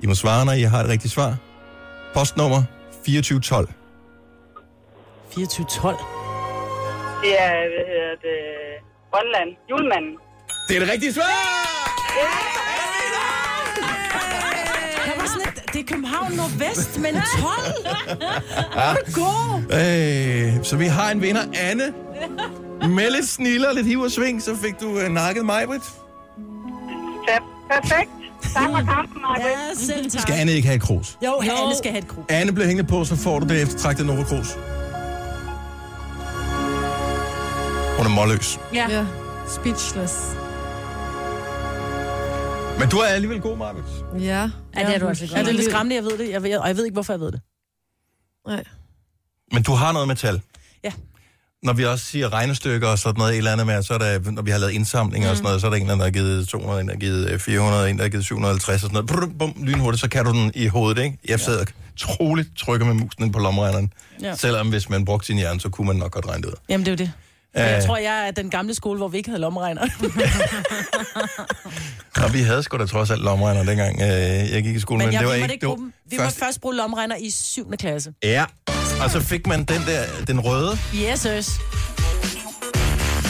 Speaker 1: I må svare, når I har et rigtigt svar. Postnummer 2412.
Speaker 2: 2412.
Speaker 10: Det er, hvad hedder det, Grønland. Julemanden.
Speaker 1: Det er det rigtige svar!
Speaker 2: Der var sådan et, det er København Nordvest, men 12! Er du god?
Speaker 1: Øh, så vi har en vinder, Anne. Med lidt sniller, lidt hiv og sving, så fik du øh, nakket mig, Britt.
Speaker 10: Per- Perfekt. Tak for kampen, Martin.
Speaker 2: Ja, selv tak.
Speaker 1: Skal Anne ikke have et krus?
Speaker 2: Jo, alle skal have et krog.
Speaker 1: Anne bliver hængende på, så får du det eftertragtede Nova Cruz. Hun er målløs.
Speaker 3: Ja. ja. Speechless.
Speaker 1: Men du er alligevel god, Marvitt.
Speaker 3: Ja.
Speaker 4: Ja, det er du altså
Speaker 2: Ja,
Speaker 4: godt.
Speaker 2: det er lidt skræmmende, jeg ved det. Jeg ved, og jeg ved ikke, hvorfor jeg ved det.
Speaker 3: Nej.
Speaker 1: Men du har noget med tal.
Speaker 2: Ja.
Speaker 1: Når vi også siger regnestykker og sådan noget, et eller andet med, så er der, når vi har lavet indsamlinger mm. og sådan noget, så er der en, eller anden, der har givet 200, en, der har givet øh, 400, en, der har givet 750 og sådan noget. Brum, bum, lynhurtigt, så kan du den i hovedet, ikke? Jeg sidder troligt trykker med musen ind på lommeregneren. Ja.
Speaker 2: Ja.
Speaker 1: Selvom hvis man brugte sin hjerne, så kunne man nok godt regne det ud.
Speaker 2: Jamen, det er jo det. Men
Speaker 1: Øh.
Speaker 2: jeg tror, jeg er den gamle skole, hvor vi ikke havde lommeregner.
Speaker 1: Og vi havde sgu da trods alt lommeregner dengang, øh, jeg gik i skole, men,
Speaker 2: Men jeg,
Speaker 1: det var
Speaker 2: vi
Speaker 1: ikke...
Speaker 2: måtte ikke
Speaker 1: det var
Speaker 2: bruge dem. Vi
Speaker 1: først-
Speaker 2: måtte først bruge lommeregner i 7. klasse.
Speaker 1: Ja, og så fik man den der, den røde.
Speaker 2: Yes, yes.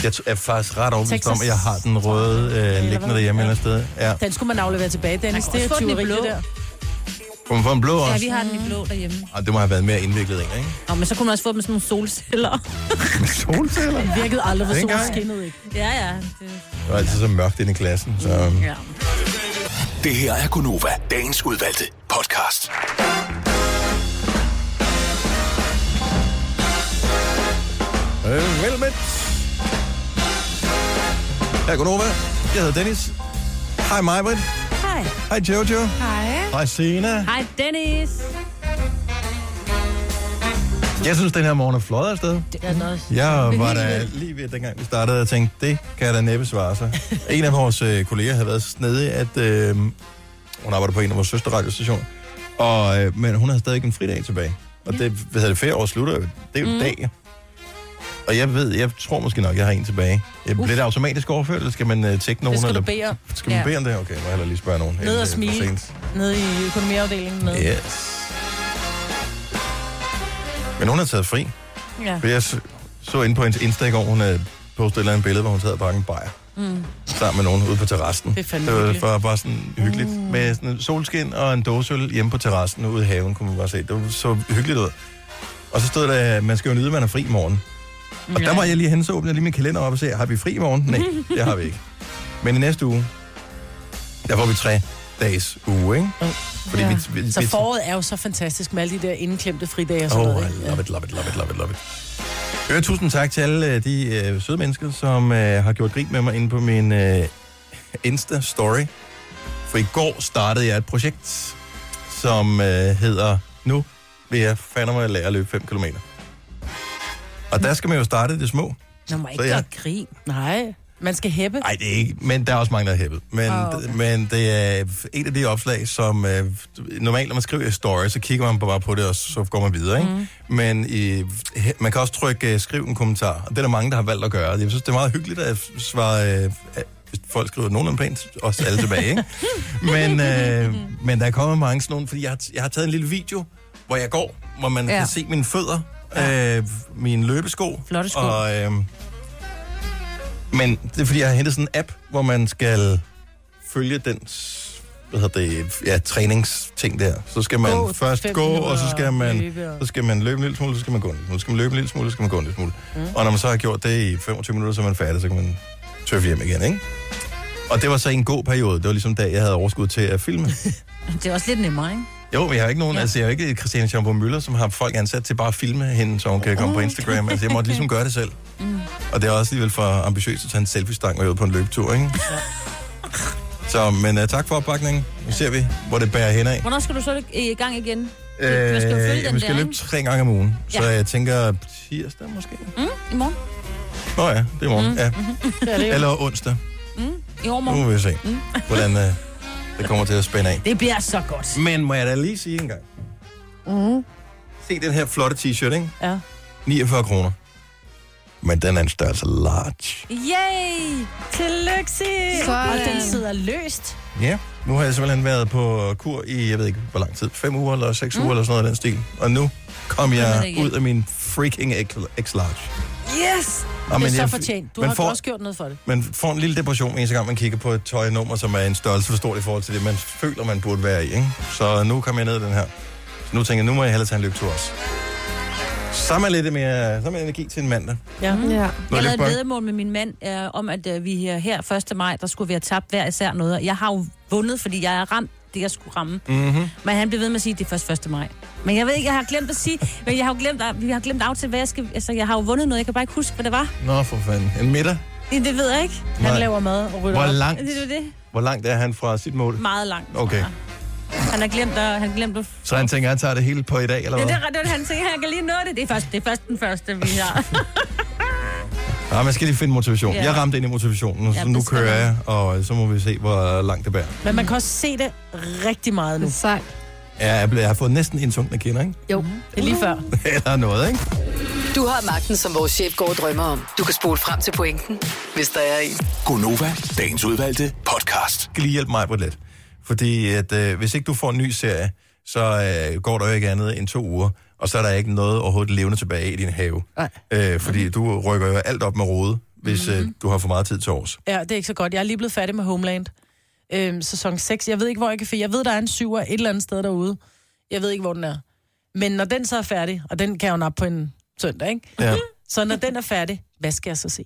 Speaker 1: Jeg t- er faktisk ret overbevist
Speaker 2: Texas.
Speaker 1: om, at jeg har den røde øh, liggende
Speaker 2: hvad?
Speaker 1: derhjemme et eller andet sted. Ja.
Speaker 2: Den skulle man aflevere tilbage, Dennis.
Speaker 4: Man
Speaker 2: Det
Speaker 4: kan
Speaker 2: er
Speaker 4: også få den i
Speaker 2: tyveri,
Speaker 4: blå.
Speaker 2: det der.
Speaker 1: Kunne man få en blå også?
Speaker 4: Ja, vi har den i blå derhjemme.
Speaker 1: Og det må have været mere indviklet en, ikke?
Speaker 4: Nå, men så kunne man også få dem med sådan nogle solceller.
Speaker 1: Med solceller?
Speaker 2: Den virkede aldrig, hvor
Speaker 1: Dengang.
Speaker 2: solen skinnede, ikke?
Speaker 4: ja, ja. Det-
Speaker 1: Det var altid så mørkt inde i klassen, så... øhm.
Speaker 4: ja.
Speaker 7: Det her er Gonova, dagens udvalgte podcast.
Speaker 1: Øh, velkommen. Her er Gunova. Jeg hedder Dennis. Hej Majbrit.
Speaker 4: Hej.
Speaker 1: Hej Jojo.
Speaker 3: Hej.
Speaker 1: Hej Sina.
Speaker 4: Hej, Dennis.
Speaker 1: Jeg synes, den her morgen er flot afsted.
Speaker 4: Det er den også.
Speaker 1: Jeg var da lige ved, dengang vi startede, og tænkte, det kan da næppe svare sig. En af vores øh, kolleger havde været så snedig, at øh, hun arbejder på en af vores søsterradiostationer, og, øh, men hun havde stadig en fridag tilbage. Og det, hvad hedder det, ferieår slutter jo. Det er jo mm. dag. Og jeg ved, jeg tror måske nok, jeg har en tilbage. Jeg bliver det automatisk overført, eller skal man øh, tjekke nogen?
Speaker 2: Det skal
Speaker 1: eller,
Speaker 2: du bede om.
Speaker 1: Skal man
Speaker 4: Ja.
Speaker 1: bede om det? Okay, må jeg hellere lige spørge nogen. inden
Speaker 2: Ned
Speaker 1: det er
Speaker 2: og
Speaker 1: for
Speaker 2: smile.
Speaker 1: sent.
Speaker 2: Nede i økonomiafdelingen. Nede.
Speaker 1: Yes. Men hun har taget fri.
Speaker 4: Ja.
Speaker 1: For jeg så, så inde på hendes Insta i går, hun havde postet et eller andet billede, hvor hun sad og drak en bajer. Mm. Sammen med nogen ude på terrassen.
Speaker 2: Det er fandme
Speaker 1: det var
Speaker 2: hyggeligt.
Speaker 1: bare, bare sådan hyggeligt. Mm. Med sådan en solskin og en dåseøl hjemme på terrassen ude i haven, kunne man bare se. Det var så hyggeligt ud. Og så stod der, at man skal jo nyde, at man er fri i morgen. Og der var jeg lige henne, så åbnede jeg lige min kalender op og sagde, har vi fri i morgen? Nej, det har vi ikke. Men i næste uge, der får vi tre dages uge, ikke? Fordi
Speaker 3: Ja.
Speaker 1: vi, vi,
Speaker 2: Så
Speaker 1: vi,
Speaker 2: foråret er jo så fantastisk med alle de der indklemte fridage og sådan
Speaker 1: Oh,
Speaker 2: noget.
Speaker 1: I
Speaker 2: ikke?
Speaker 1: love it, love it, love it, love it, love it. Øh, tusind tak til alle øh, de øh, søde mennesker, som øh, har gjort grin med mig inde på min øh, Insta-story. For i går startede jeg et projekt, som øh, hedder Nu vil jeg fandme lære at løbe 5 km. Og der skal man jo starte i det små.
Speaker 4: Nå, må
Speaker 1: Så
Speaker 4: ikke
Speaker 1: ja.
Speaker 4: gøre grin.
Speaker 2: Nej, man skal hæppe.
Speaker 1: Nej, det er ikke, men der er også mange, der er hæppet. Men, oh, okay. men det er et af de opslag, som øh, normalt, når man skriver i story, så kigger man bare på det, og så går man videre.
Speaker 4: Mhm.
Speaker 1: Ikke? Mm. Men i, he- man kan også trykke øh, skriv en kommentar, og det er der mange, der har valgt at gøre. Jeg synes, det er meget hyggeligt at svare, øh, at- hvis folk skriver nogenlunde pænt, også alle tilbage. Ikke? men, øh, men der er kommet mange sådan nogle, fordi jeg har, t- jeg har taget en lille video, hvor jeg går, hvor man ja.
Speaker 4: Ja.
Speaker 1: kan se mine fødder, ja. øh, mine løbesko.
Speaker 4: Flotte sko.
Speaker 1: Og, øh, men det er, fordi jeg har hentet sådan en app, hvor man skal følge den hvad hedder det, ja, træningsting der. Så skal man
Speaker 11: Gå
Speaker 1: gå, først
Speaker 11: fem
Speaker 1: gå, og så
Speaker 11: minutter
Speaker 1: skal, man,
Speaker 11: løbe og-
Speaker 1: så skal man løbe en lille smule, så skal man gå en lille smule, så skal man løbe en lille smule, så skal man gå en lille smule. Mm. Og når man så har gjort det i 25 minutter, så er man færdig, så kan man tøffe hjem igen, ikke? Og det var så en god periode. Det var ligesom da jeg havde overskud til at filme.
Speaker 4: Det er også lidt nemmere, ikke?
Speaker 1: Jo, men jeg har ikke nogen, ja. altså jeg har ikke Christiane Schambo Møller, som har folk ansat til bare at filme hende, så hun kan komme på Instagram. Altså jeg måtte ligesom gøre det selv.
Speaker 4: Mm.
Speaker 1: Og det er også alligevel for ambitiøst at tage en selfie-stang og ud på en løbetur, ikke? Så, men uh, tak for opbakningen. Nu ser vi, hvor det bærer hen af.
Speaker 4: Hvornår skal du så i gang igen?
Speaker 1: Øh,
Speaker 4: man skal jo følge den
Speaker 1: vi skal
Speaker 4: der,
Speaker 1: løbe
Speaker 4: ikke?
Speaker 1: tre gange om ugen, så
Speaker 4: Ja.
Speaker 1: jeg tænker tirsdag måske.
Speaker 4: Mm, I morgen?
Speaker 1: Nå ja, det er morgen.
Speaker 4: Mm.
Speaker 1: Ja.
Speaker 4: Det er det jo.
Speaker 1: Eller onsdag.
Speaker 4: Mm, I
Speaker 1: Nu må
Speaker 4: overmorgen?
Speaker 1: vi se, hvordan uh, det kommer til at spænde af.
Speaker 4: Det bliver så godt.
Speaker 1: Men må jeg da lige sige en gang.
Speaker 3: Mm.
Speaker 1: Se den her flotte t-shirt, ikke?
Speaker 4: Ja.
Speaker 1: 49 kroner. Men den er en størrelse large.
Speaker 4: Yay! Tillykke, Signe.
Speaker 5: Og den
Speaker 4: sidder løst.
Speaker 1: Ja, nu har jeg simpelthen været på kur i, jeg ved ikke hvor lang tid, fem uger eller seks mm. uger eller sådan noget af den stil. Og nu kom
Speaker 5: er det
Speaker 1: jeg
Speaker 5: igen.
Speaker 1: ud af min freaking X- X-large.
Speaker 5: Yes!
Speaker 1: Nå,
Speaker 5: det
Speaker 1: men
Speaker 5: er så
Speaker 1: jeg-
Speaker 5: fortjent. Du
Speaker 1: man
Speaker 5: har
Speaker 1: får-
Speaker 5: får... også gjort noget for det.
Speaker 1: Man får en lille depression, hver eneste gang man kigger på et tøjnummer, som er en størrelse for stort i forhold til det, man føler, man burde være i. Ikke? Så nu kom jeg ned i den her. Så nu tænker jeg, nu må jeg hellere tage en løbetur også. Så er man lidt mere, så er man energi til en mandag.
Speaker 4: Ja. ja. Jeg lavede et
Speaker 1: bare-
Speaker 4: vedmål med min mand øh, om, at øh, vi her, her 1. maj, der skulle vi have tabt hver især noget. Og Jeg har jo vundet, fordi jeg har ramt det, jeg skulle ramme.
Speaker 1: Mm-hmm.
Speaker 4: Men han blev ved med at sige, at det er først 1. maj. Men jeg ved ikke, jeg har glemt at sige, men jeg har jo glemt, vi har glemt aftalt, hvad jeg skal... Altså, jeg har jo vundet noget, jeg kan bare ikke huske, hvad det var.
Speaker 1: Nå, for fanden. En middag.
Speaker 4: Det, det ved jeg ikke.
Speaker 1: Nej. Han laver
Speaker 4: mad og
Speaker 1: rydder Hvor op. langt?
Speaker 4: Det er jo det.
Speaker 1: Hvor langt er han fra sit mål?
Speaker 4: Meget langt.
Speaker 1: Okay.
Speaker 4: Han har glemt at... Han glemt at
Speaker 1: Så han tænker, at jeg tager det hele på i dag, eller
Speaker 4: det,
Speaker 1: hvad?
Speaker 4: det, er- det, er- han tænker, han kan lige nå det. Det er først, det er først den første, vi har.
Speaker 1: Ja, man skal lige finde motivation.
Speaker 5: Ja.
Speaker 1: Jeg ramte ind i motivationen, så
Speaker 5: Ja,
Speaker 1: nu
Speaker 5: det skal
Speaker 1: kører
Speaker 5: man.
Speaker 1: jeg, og øh, så må vi se, hvor langt det bærer.
Speaker 5: Men man kan også se det rigtig meget nu. Det er
Speaker 3: sejt.
Speaker 1: Ja, jeg, blev, jeg har fået næsten indsunkne kinder, ikke?
Speaker 3: Jo.
Speaker 5: Det er lige før.
Speaker 1: Eller noget, ikke?
Speaker 6: Du har magten, som vores chef går og drømmer om. Du kan spole frem til pointen, hvis der er en.
Speaker 7: Gonova, dagens udvalgte podcast.
Speaker 1: Skal lige hjælpe mig på lidt. Fordi at, øh, hvis ikke du får en ny serie, så øh, går der jo ikke andet end to uger, og så er der ikke noget overhovedet levende tilbage i din have. Øh, fordi du rykker jo alt op med rode, hvis øh, du har for meget tid til års.
Speaker 5: Ja, det er ikke så godt. Jeg er lige blevet færdig med Homeland. Øhm, sæson 6. Jeg ved ikke, hvor jeg kan finde. Jeg ved, der er en syver et eller andet sted derude. Jeg ved ikke, hvor den er. Men når den så er færdig, og den kan jeg jo nappe på en søndag, ikke?
Speaker 1: Ja.
Speaker 5: Så når den er færdig, hvad skal jeg så se?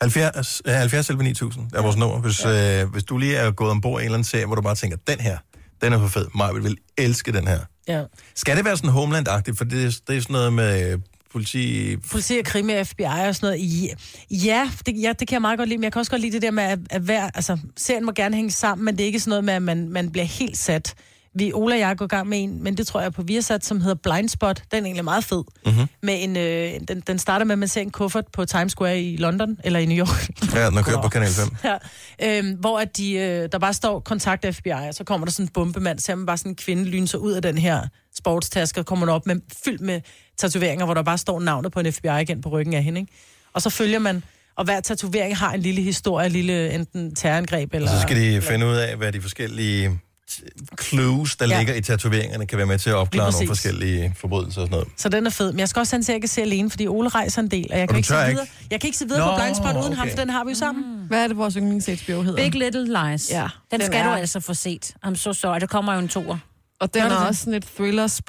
Speaker 1: 70, øh, 70 selv 9000 er vores nummer. Hvis, øh, hvis du lige er gået ombord i en eller anden serie, hvor du bare tænker, den her, den er for fed. Maja vil elske den her.
Speaker 5: Ja.
Speaker 1: Skal det være sådan homeland-agtigt? For det, er- det er sådan noget med øh, politi...
Speaker 5: Politi og krimi og FBI og sådan noget. Ja, ja, det, ja, det kan jeg meget godt lide, men jeg kan også godt lide det der med, at, at hver, altså, serien må gerne hænge sammen, men det er ikke sådan noget med, at man, man bliver helt sat. Vi, Ola og jeg går i gang med en, men det tror jeg er på Viasat, som hedder Blind Spot. Den er egentlig meget fed.
Speaker 1: Mm-hmm.
Speaker 5: Med en, øh, den, den starter med, at man ser en kuffert på Times Square i London, eller i New York.
Speaker 1: Ja, den har kørt på Kanal 5.
Speaker 5: Ja, øhm, hvor at de, øh, der bare står kontakt FBI, og så kommer der sådan en bombemand, ser man bare sådan en kvinde lyne sig ud af den her sportstaske, og kommer den op med, fyldt med tatoveringer, hvor der bare står navnet på en FBI igen på ryggen af hende. Ikke? Og så følger man, og hver tatovering har en lille historie, en lille enten terrorangreb eller...
Speaker 1: Og så skal de finde ud af, hvad de forskellige t- clues, der ja.
Speaker 5: Ja.
Speaker 1: ligger i tatoveringerne, kan være med til at opklare
Speaker 5: Lige
Speaker 1: nogle
Speaker 5: præcis.
Speaker 1: forskellige forbrydelser og sådan noget.
Speaker 5: Så den er fed. Men jeg skal også have en serie, jeg kan se alene, fordi Ole rejser en del, og jeg
Speaker 1: du
Speaker 5: kan, ikke
Speaker 1: tør
Speaker 5: se
Speaker 1: ikke?
Speaker 5: videre. jeg kan ikke se videre
Speaker 1: Nå,
Speaker 5: på Blind Spot uden ham,
Speaker 1: okay.
Speaker 5: for den har vi jo sammen.
Speaker 3: Mm. Hvad er det, vores yndlings HBO hedder?
Speaker 4: Big Little Lies.
Speaker 3: Ja,
Speaker 4: Den,
Speaker 3: den
Speaker 4: skal du
Speaker 3: er-
Speaker 4: altså få set. I'm so sorry. Der kommer jo en toer.
Speaker 3: Og den
Speaker 4: Gør
Speaker 3: er
Speaker 4: du det?
Speaker 3: også sådan lidt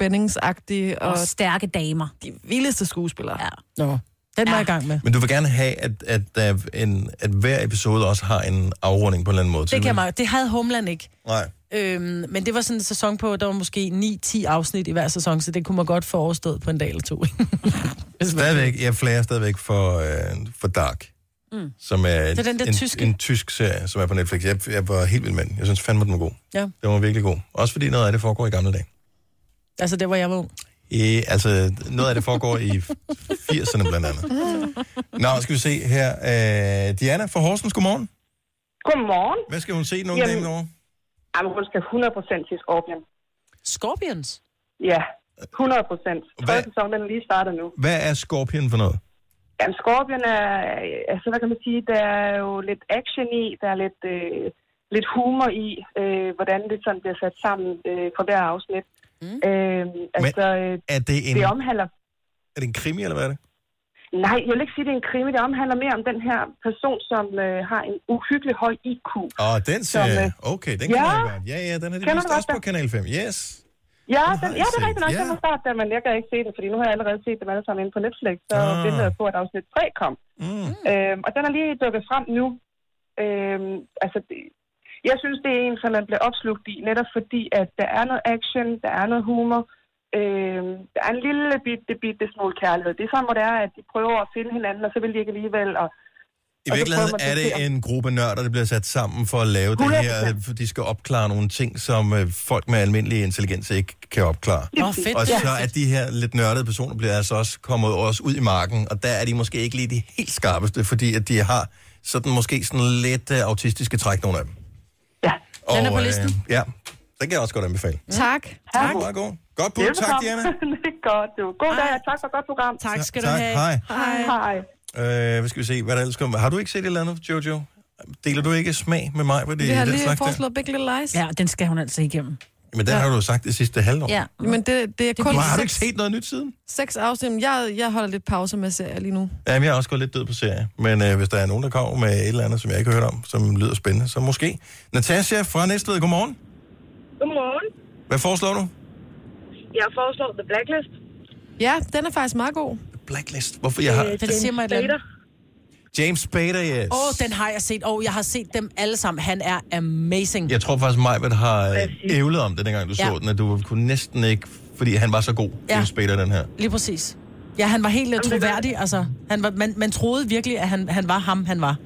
Speaker 3: thriller-spændingsagtig. Og,
Speaker 4: Og stærke damer.
Speaker 3: De vildeste skuespillere. Ja.
Speaker 5: Nå, den var jeg i gang med.
Speaker 1: Men du vil gerne have, at, at, at, en, at hver episode også har en afrunding på en eller anden måde.
Speaker 5: Det kan jeg meget. Det havde Homeland ikke.
Speaker 1: Nej.
Speaker 5: Øhm, men det var sådan en sæson på, der var måske 9-10 afsnit i hver sæson, så det kunne man godt få overstået på en dag eller to. ikke?
Speaker 1: Stadigvæk, jeg flager stadigvæk for, øh, for Dark.
Speaker 5: Mm.
Speaker 1: Som er,
Speaker 5: Det er den der
Speaker 1: en,
Speaker 5: tyske.
Speaker 1: en tysk serie, som er på Netflix. Jeg, jeg var helt vild med den. Jeg synes fandme, den var god.
Speaker 5: ja.
Speaker 1: Den var virkelig god. Også fordi noget af det foregår i gamle dage.
Speaker 5: Altså, det var jeg var ung.
Speaker 1: I, altså, noget af det foregår i 80'erne blandt andet. Nå, skal vi se her. Øh, Diana fra Horsens, godmorgen.
Speaker 12: Godmorgen.
Speaker 1: Hvad skal hun se nogle
Speaker 12: Jamen-
Speaker 1: dage derovre?
Speaker 12: Jamen, hun skal 100% til Scorpion.
Speaker 5: Scorpions?
Speaker 12: Ja, 100%. Tredje sæson, den er lige startet nu.
Speaker 1: Hvad er Scorpion for noget?
Speaker 12: Jamen, Scorpion er, altså hvad kan man sige, der er jo lidt action i, der er lidt, øh, lidt humor i, øh, hvordan det sådan bliver sat sammen øh, fra hver afsnit. Mm. Øhm, altså, Men,
Speaker 1: er det en-
Speaker 12: det omhandler
Speaker 1: Er det en krimi, eller hvad er det?
Speaker 12: Nej, jeg vil ikke sige, at det er en krimi. Det omhandler mere om den her person, som øh, har en uhyggelig høj IQ.
Speaker 1: Åh, den ser
Speaker 12: Som,
Speaker 1: jeg.
Speaker 12: øh,
Speaker 1: Okay, den
Speaker 12: ja.
Speaker 1: kender jeg godt. Ja, ja, den er det
Speaker 12: Kender
Speaker 1: vist
Speaker 12: du
Speaker 1: også på Kanal 5. Yes.
Speaker 12: Ja,
Speaker 1: Den
Speaker 12: den, ja
Speaker 1: har jeg
Speaker 12: det er
Speaker 1: set,
Speaker 12: rigtigt nok.
Speaker 1: ja.
Speaker 12: Den var start, men jeg kan ikke se den, fordi nu har jeg allerede set dem alle sammen inde på Netflix. Så
Speaker 1: Ah.
Speaker 12: ah. ventede jeg på, at afsnit 3 kom.
Speaker 1: Mm.
Speaker 12: Øhm, og den er lige dukket frem nu. Øhm, altså, det, jeg synes, det er en, som man bliver opslugt i, netop fordi, at der er noget action, der er noget humor, øhm, der er en lille bitte, bitte smule kærlighed. Det er sådan, hvor det er, at de prøver at finde hinanden, og så vil de ikke alligevel. Og,
Speaker 1: I
Speaker 12: og så
Speaker 1: virkeligheden
Speaker 12: prøver man
Speaker 1: er
Speaker 12: at
Speaker 1: det en gruppe nørder, der bliver sat sammen for at lave det her. De skal opklare nogle ting, som øh, folk med almindelig intelligens ikke kan opklare.
Speaker 12: Åh, fedt.
Speaker 1: Og så
Speaker 12: Ja.
Speaker 1: er de her lidt nørdede personer bliver altså også kommet også ud i marken, og der er de måske ikke lige de helt skarpeste, fordi at de har sådan måske sådan lidt øh, autistiske træk, nogle af dem. Ja,
Speaker 3: Den er på listen.
Speaker 1: ja, den kan jeg også godt anbefale.
Speaker 3: Mm. Tak.
Speaker 1: Tak. Meget god. Godt bud, tak Diana.
Speaker 12: det er godt, du. God dag, og tak for et godt program.
Speaker 2: Tak
Speaker 1: skal du tak. have. Hej.
Speaker 12: Hej. Hej.
Speaker 1: Øh, hvad skal vi se, hvad der ellers kommer? Har du ikke set et eller andet, Jojo? Deler du ikke smag med mig på det?
Speaker 3: Vi har
Speaker 1: den
Speaker 3: lige
Speaker 1: slags der?
Speaker 3: foreslået Big Little Lies.
Speaker 4: Ja, den skal hun altså igennem.
Speaker 1: Men den har du jo sagt det sidste halvår.
Speaker 3: Ja. Men det, det er
Speaker 1: Du
Speaker 3: kun
Speaker 1: har, har du ikke
Speaker 3: seks,
Speaker 1: set noget nyt siden?
Speaker 3: seks afsnit. Jeg, jeg holder lidt pause med serier lige nu.
Speaker 1: Jamen, jeg er også gået lidt død på serie. Men øh, hvis der er nogen, der kommer med et eller andet, som jeg ikke har hørt om, som lyder spændende, så måske. Natasha fra Næstved, godmorgen.
Speaker 11: Godmorgen.
Speaker 1: Hvad foreslår du?
Speaker 11: Jeg foreslår The Blacklist.
Speaker 3: Ja, den er faktisk meget god.
Speaker 1: Blacklist. Hvorfor jeg har...
Speaker 5: Øh, Den siger mig et eller andet.
Speaker 1: James Spader, yes.
Speaker 5: Åh, oh, den har jeg set. Åh, oh, jeg har set dem alle sammen. Han er amazing.
Speaker 1: Jeg tror faktisk, Majbert har øh, ævlet om det, dengang du så
Speaker 5: Ja.
Speaker 1: den, at du kunne næsten ikke, fordi han var så god,
Speaker 5: Ja.
Speaker 1: James Spader, den her.
Speaker 5: Lige præcis. Ja, han var helt øh, troværdig. Altså, han var, man, man troede virkelig, at han, han var ham, han var.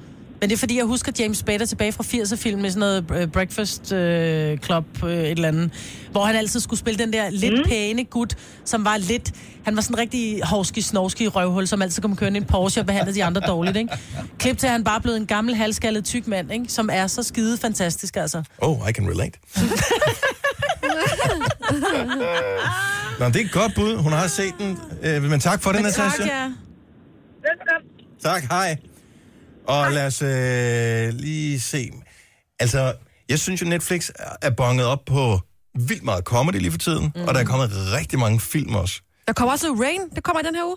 Speaker 5: Men det er fordi, jeg husker James Spader tilbage fra 80'er-film med sådan noget øh, Breakfast øh, Club, øh, et eller andet, hvor han altid skulle spille den der lidt mm. pæne gut, som var lidt... Han var sådan en rigtig hovski snovski røvhul, som altid kom kørende i en Porsche og behandlede de andre dårligt, ikke? Klip til, at han bare er blevet en gammel, halvskaldet tyk mand, ikke? Som er så skide fantastisk, altså.
Speaker 1: Oh, I can relate. Nå, det er et godt bud. Hun har set den. Øh, men tak for den,
Speaker 5: Men
Speaker 1: Natasha.
Speaker 5: tak, ja.
Speaker 11: Velkommen.
Speaker 1: Tak, hej. Og hej. lad os øh, lige se. Altså, jeg synes jo, Netflix er bonget op på vildt meget comedy lige for tiden, mm. og der er kommet rigtig mange film også.
Speaker 3: Der kommer også Rain. Det kommer i den her uge.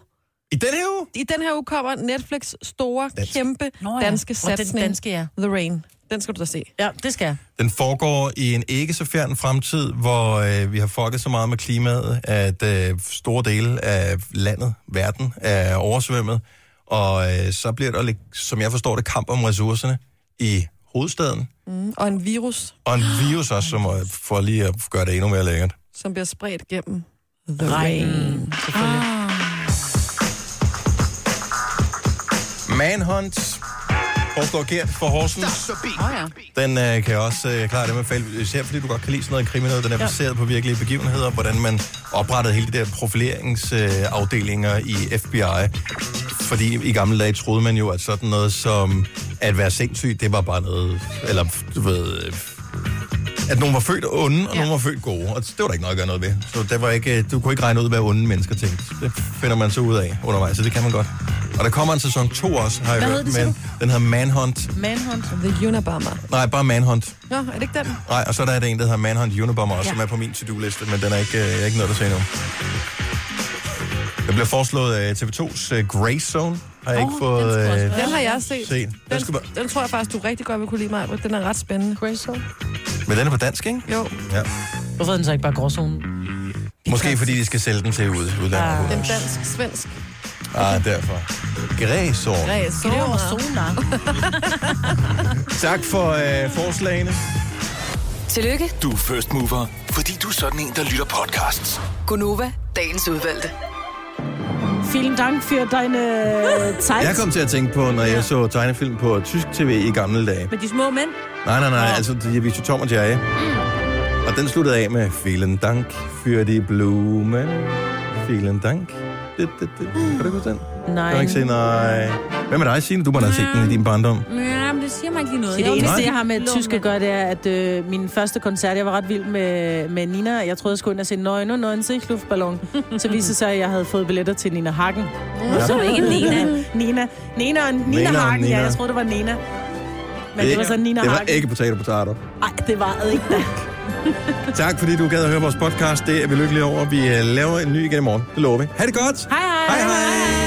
Speaker 1: I den her uge?
Speaker 3: I den her uge kommer Netflix store, Dansk. kæmpe
Speaker 5: Nå ja.
Speaker 3: danske
Speaker 5: Og den
Speaker 3: satsning.
Speaker 5: danske, ja.
Speaker 3: The Rain. Den skal du da se.
Speaker 5: Ja, det skal jeg.
Speaker 1: Den foregår i en ikke så fjern fremtid, hvor øh, vi har fucket så meget med klimaet, at øh, store dele af landet, verden, er oversvømmet. Og øh, så bliver der, lidt, som jeg forstår det, kamp om ressourcerne i hovedstaden.
Speaker 3: Mm. Og en virus,
Speaker 1: Og en virus også, som, øh, for lige at gøre det endnu mere lækkert.
Speaker 3: som bliver spredt gennem The Rain. rain. Ah.
Speaker 1: Manhunt. Forstår Gert for Horsens.
Speaker 4: Åh Ah, ja.
Speaker 1: Den øh, kan jeg også øh, klare det med fald. Især fordi du godt kan lide sådan noget krimi, noget, den er
Speaker 4: Ja.
Speaker 1: baseret på virkelige begivenheder, hvordan man oprettede hele de der profileringsafdelinger øh, i FBI. Fordi i gamle dage troede man jo, at sådan noget som at være sindssyg, det var bare noget, eller du ved, øh, at nogen var født onde, og ja. nogen var født gode. Og det var der ikke noget at gøre noget ved. Så der var ikke, øh, du kunne ikke regne ud, hvad onde mennesker tænkte. Det finder man så ud af undervejs, så det kan man godt. Og der kommer en sæson 2 også, har jeg
Speaker 3: Hvad
Speaker 1: hørt,
Speaker 3: hed den, siger
Speaker 1: men den hedder Manhunt.
Speaker 5: Manhunt.
Speaker 3: The Unabomber.
Speaker 1: Nej, bare Manhunt.
Speaker 3: Nå, er det ikke den?
Speaker 1: Nej, og så er der en, der hedder Manhunt Unabomber, ja.
Speaker 3: Ja.
Speaker 1: som er på min to-do-liste, men den er ikke, øh, jeg er ikke noget, der ser endnu. Der bliver foreslået øh, TV2's øh, Grey Zone. Har jeg oh, ikke fået... Øh,
Speaker 3: Den har jeg set.
Speaker 1: set. Den, den, skal,
Speaker 3: Den tror jeg faktisk, du rigtig godt vil kunne lide mig. Den er ret spændende. Crazy.
Speaker 1: men den er på dansk, ikke?
Speaker 3: Jo.
Speaker 1: Ja.
Speaker 5: Hvorfor er den så ikke bare gråzonen?
Speaker 1: Måske fordi de skal sælge den til ud, udlandet.
Speaker 3: Den
Speaker 1: Ah,
Speaker 3: dansk-svensk.
Speaker 1: ah, derfor. Grey Zone.
Speaker 5: Greve og sonar.
Speaker 1: Tak for øh, forslagene.
Speaker 6: Tillykke,
Speaker 7: Du er first mover, fordi du er sådan en, der lytter podcasts.
Speaker 6: Gunova, dagens udvalgte.
Speaker 5: Vielen Dank für deine Zeit.
Speaker 1: Jeg kom til at tænke på, når jeg så tegnefilm på tysk tv i gamle dage.
Speaker 4: Med de små mænd.
Speaker 1: Nej, nej, nej, altså det er Victor Tom og jeg. Og den sluttede af med, vielen dank für die Blumen. Vielen dank. Det, det, det. Kan du ikke huske den? Kan du
Speaker 4: Nej.
Speaker 1: ikke se, nej. Hvad med dig, Signe? Du må da have set den i din barndom.
Speaker 4: Nej, men det siger mig ikke lige noget.
Speaker 5: Det
Speaker 4: Jeg er
Speaker 5: eneste,
Speaker 4: jo-
Speaker 5: jeg har med
Speaker 4: Blå
Speaker 5: tysk at
Speaker 4: mænd.
Speaker 5: gøre, det er, at øh, min første koncert, jeg var ret vild med, med Nina. Jeg troede, jeg skulle ind og se Nøgne, Nøgne, se luftballon. Så viste det sig, at jeg havde fået billetter til Nina Hagen.
Speaker 1: Ja.
Speaker 4: Så ikke Nina.
Speaker 5: Nina. Nina og Nina,
Speaker 1: Nina og
Speaker 5: Hagen.
Speaker 1: Nina.
Speaker 5: Ja, jeg troede, det var Nina. Men det var så Nina
Speaker 1: Det var
Speaker 5: Hagen.
Speaker 1: ikke potato potato.
Speaker 5: Nej, det var det ikke.
Speaker 1: Tak fordi du gad at høre vores podcast. Det er vi lykkelige over. Vi øh, laver en ny igen i morgen. Det lover vi. Ha' det godt. Hej hej. hej, hej.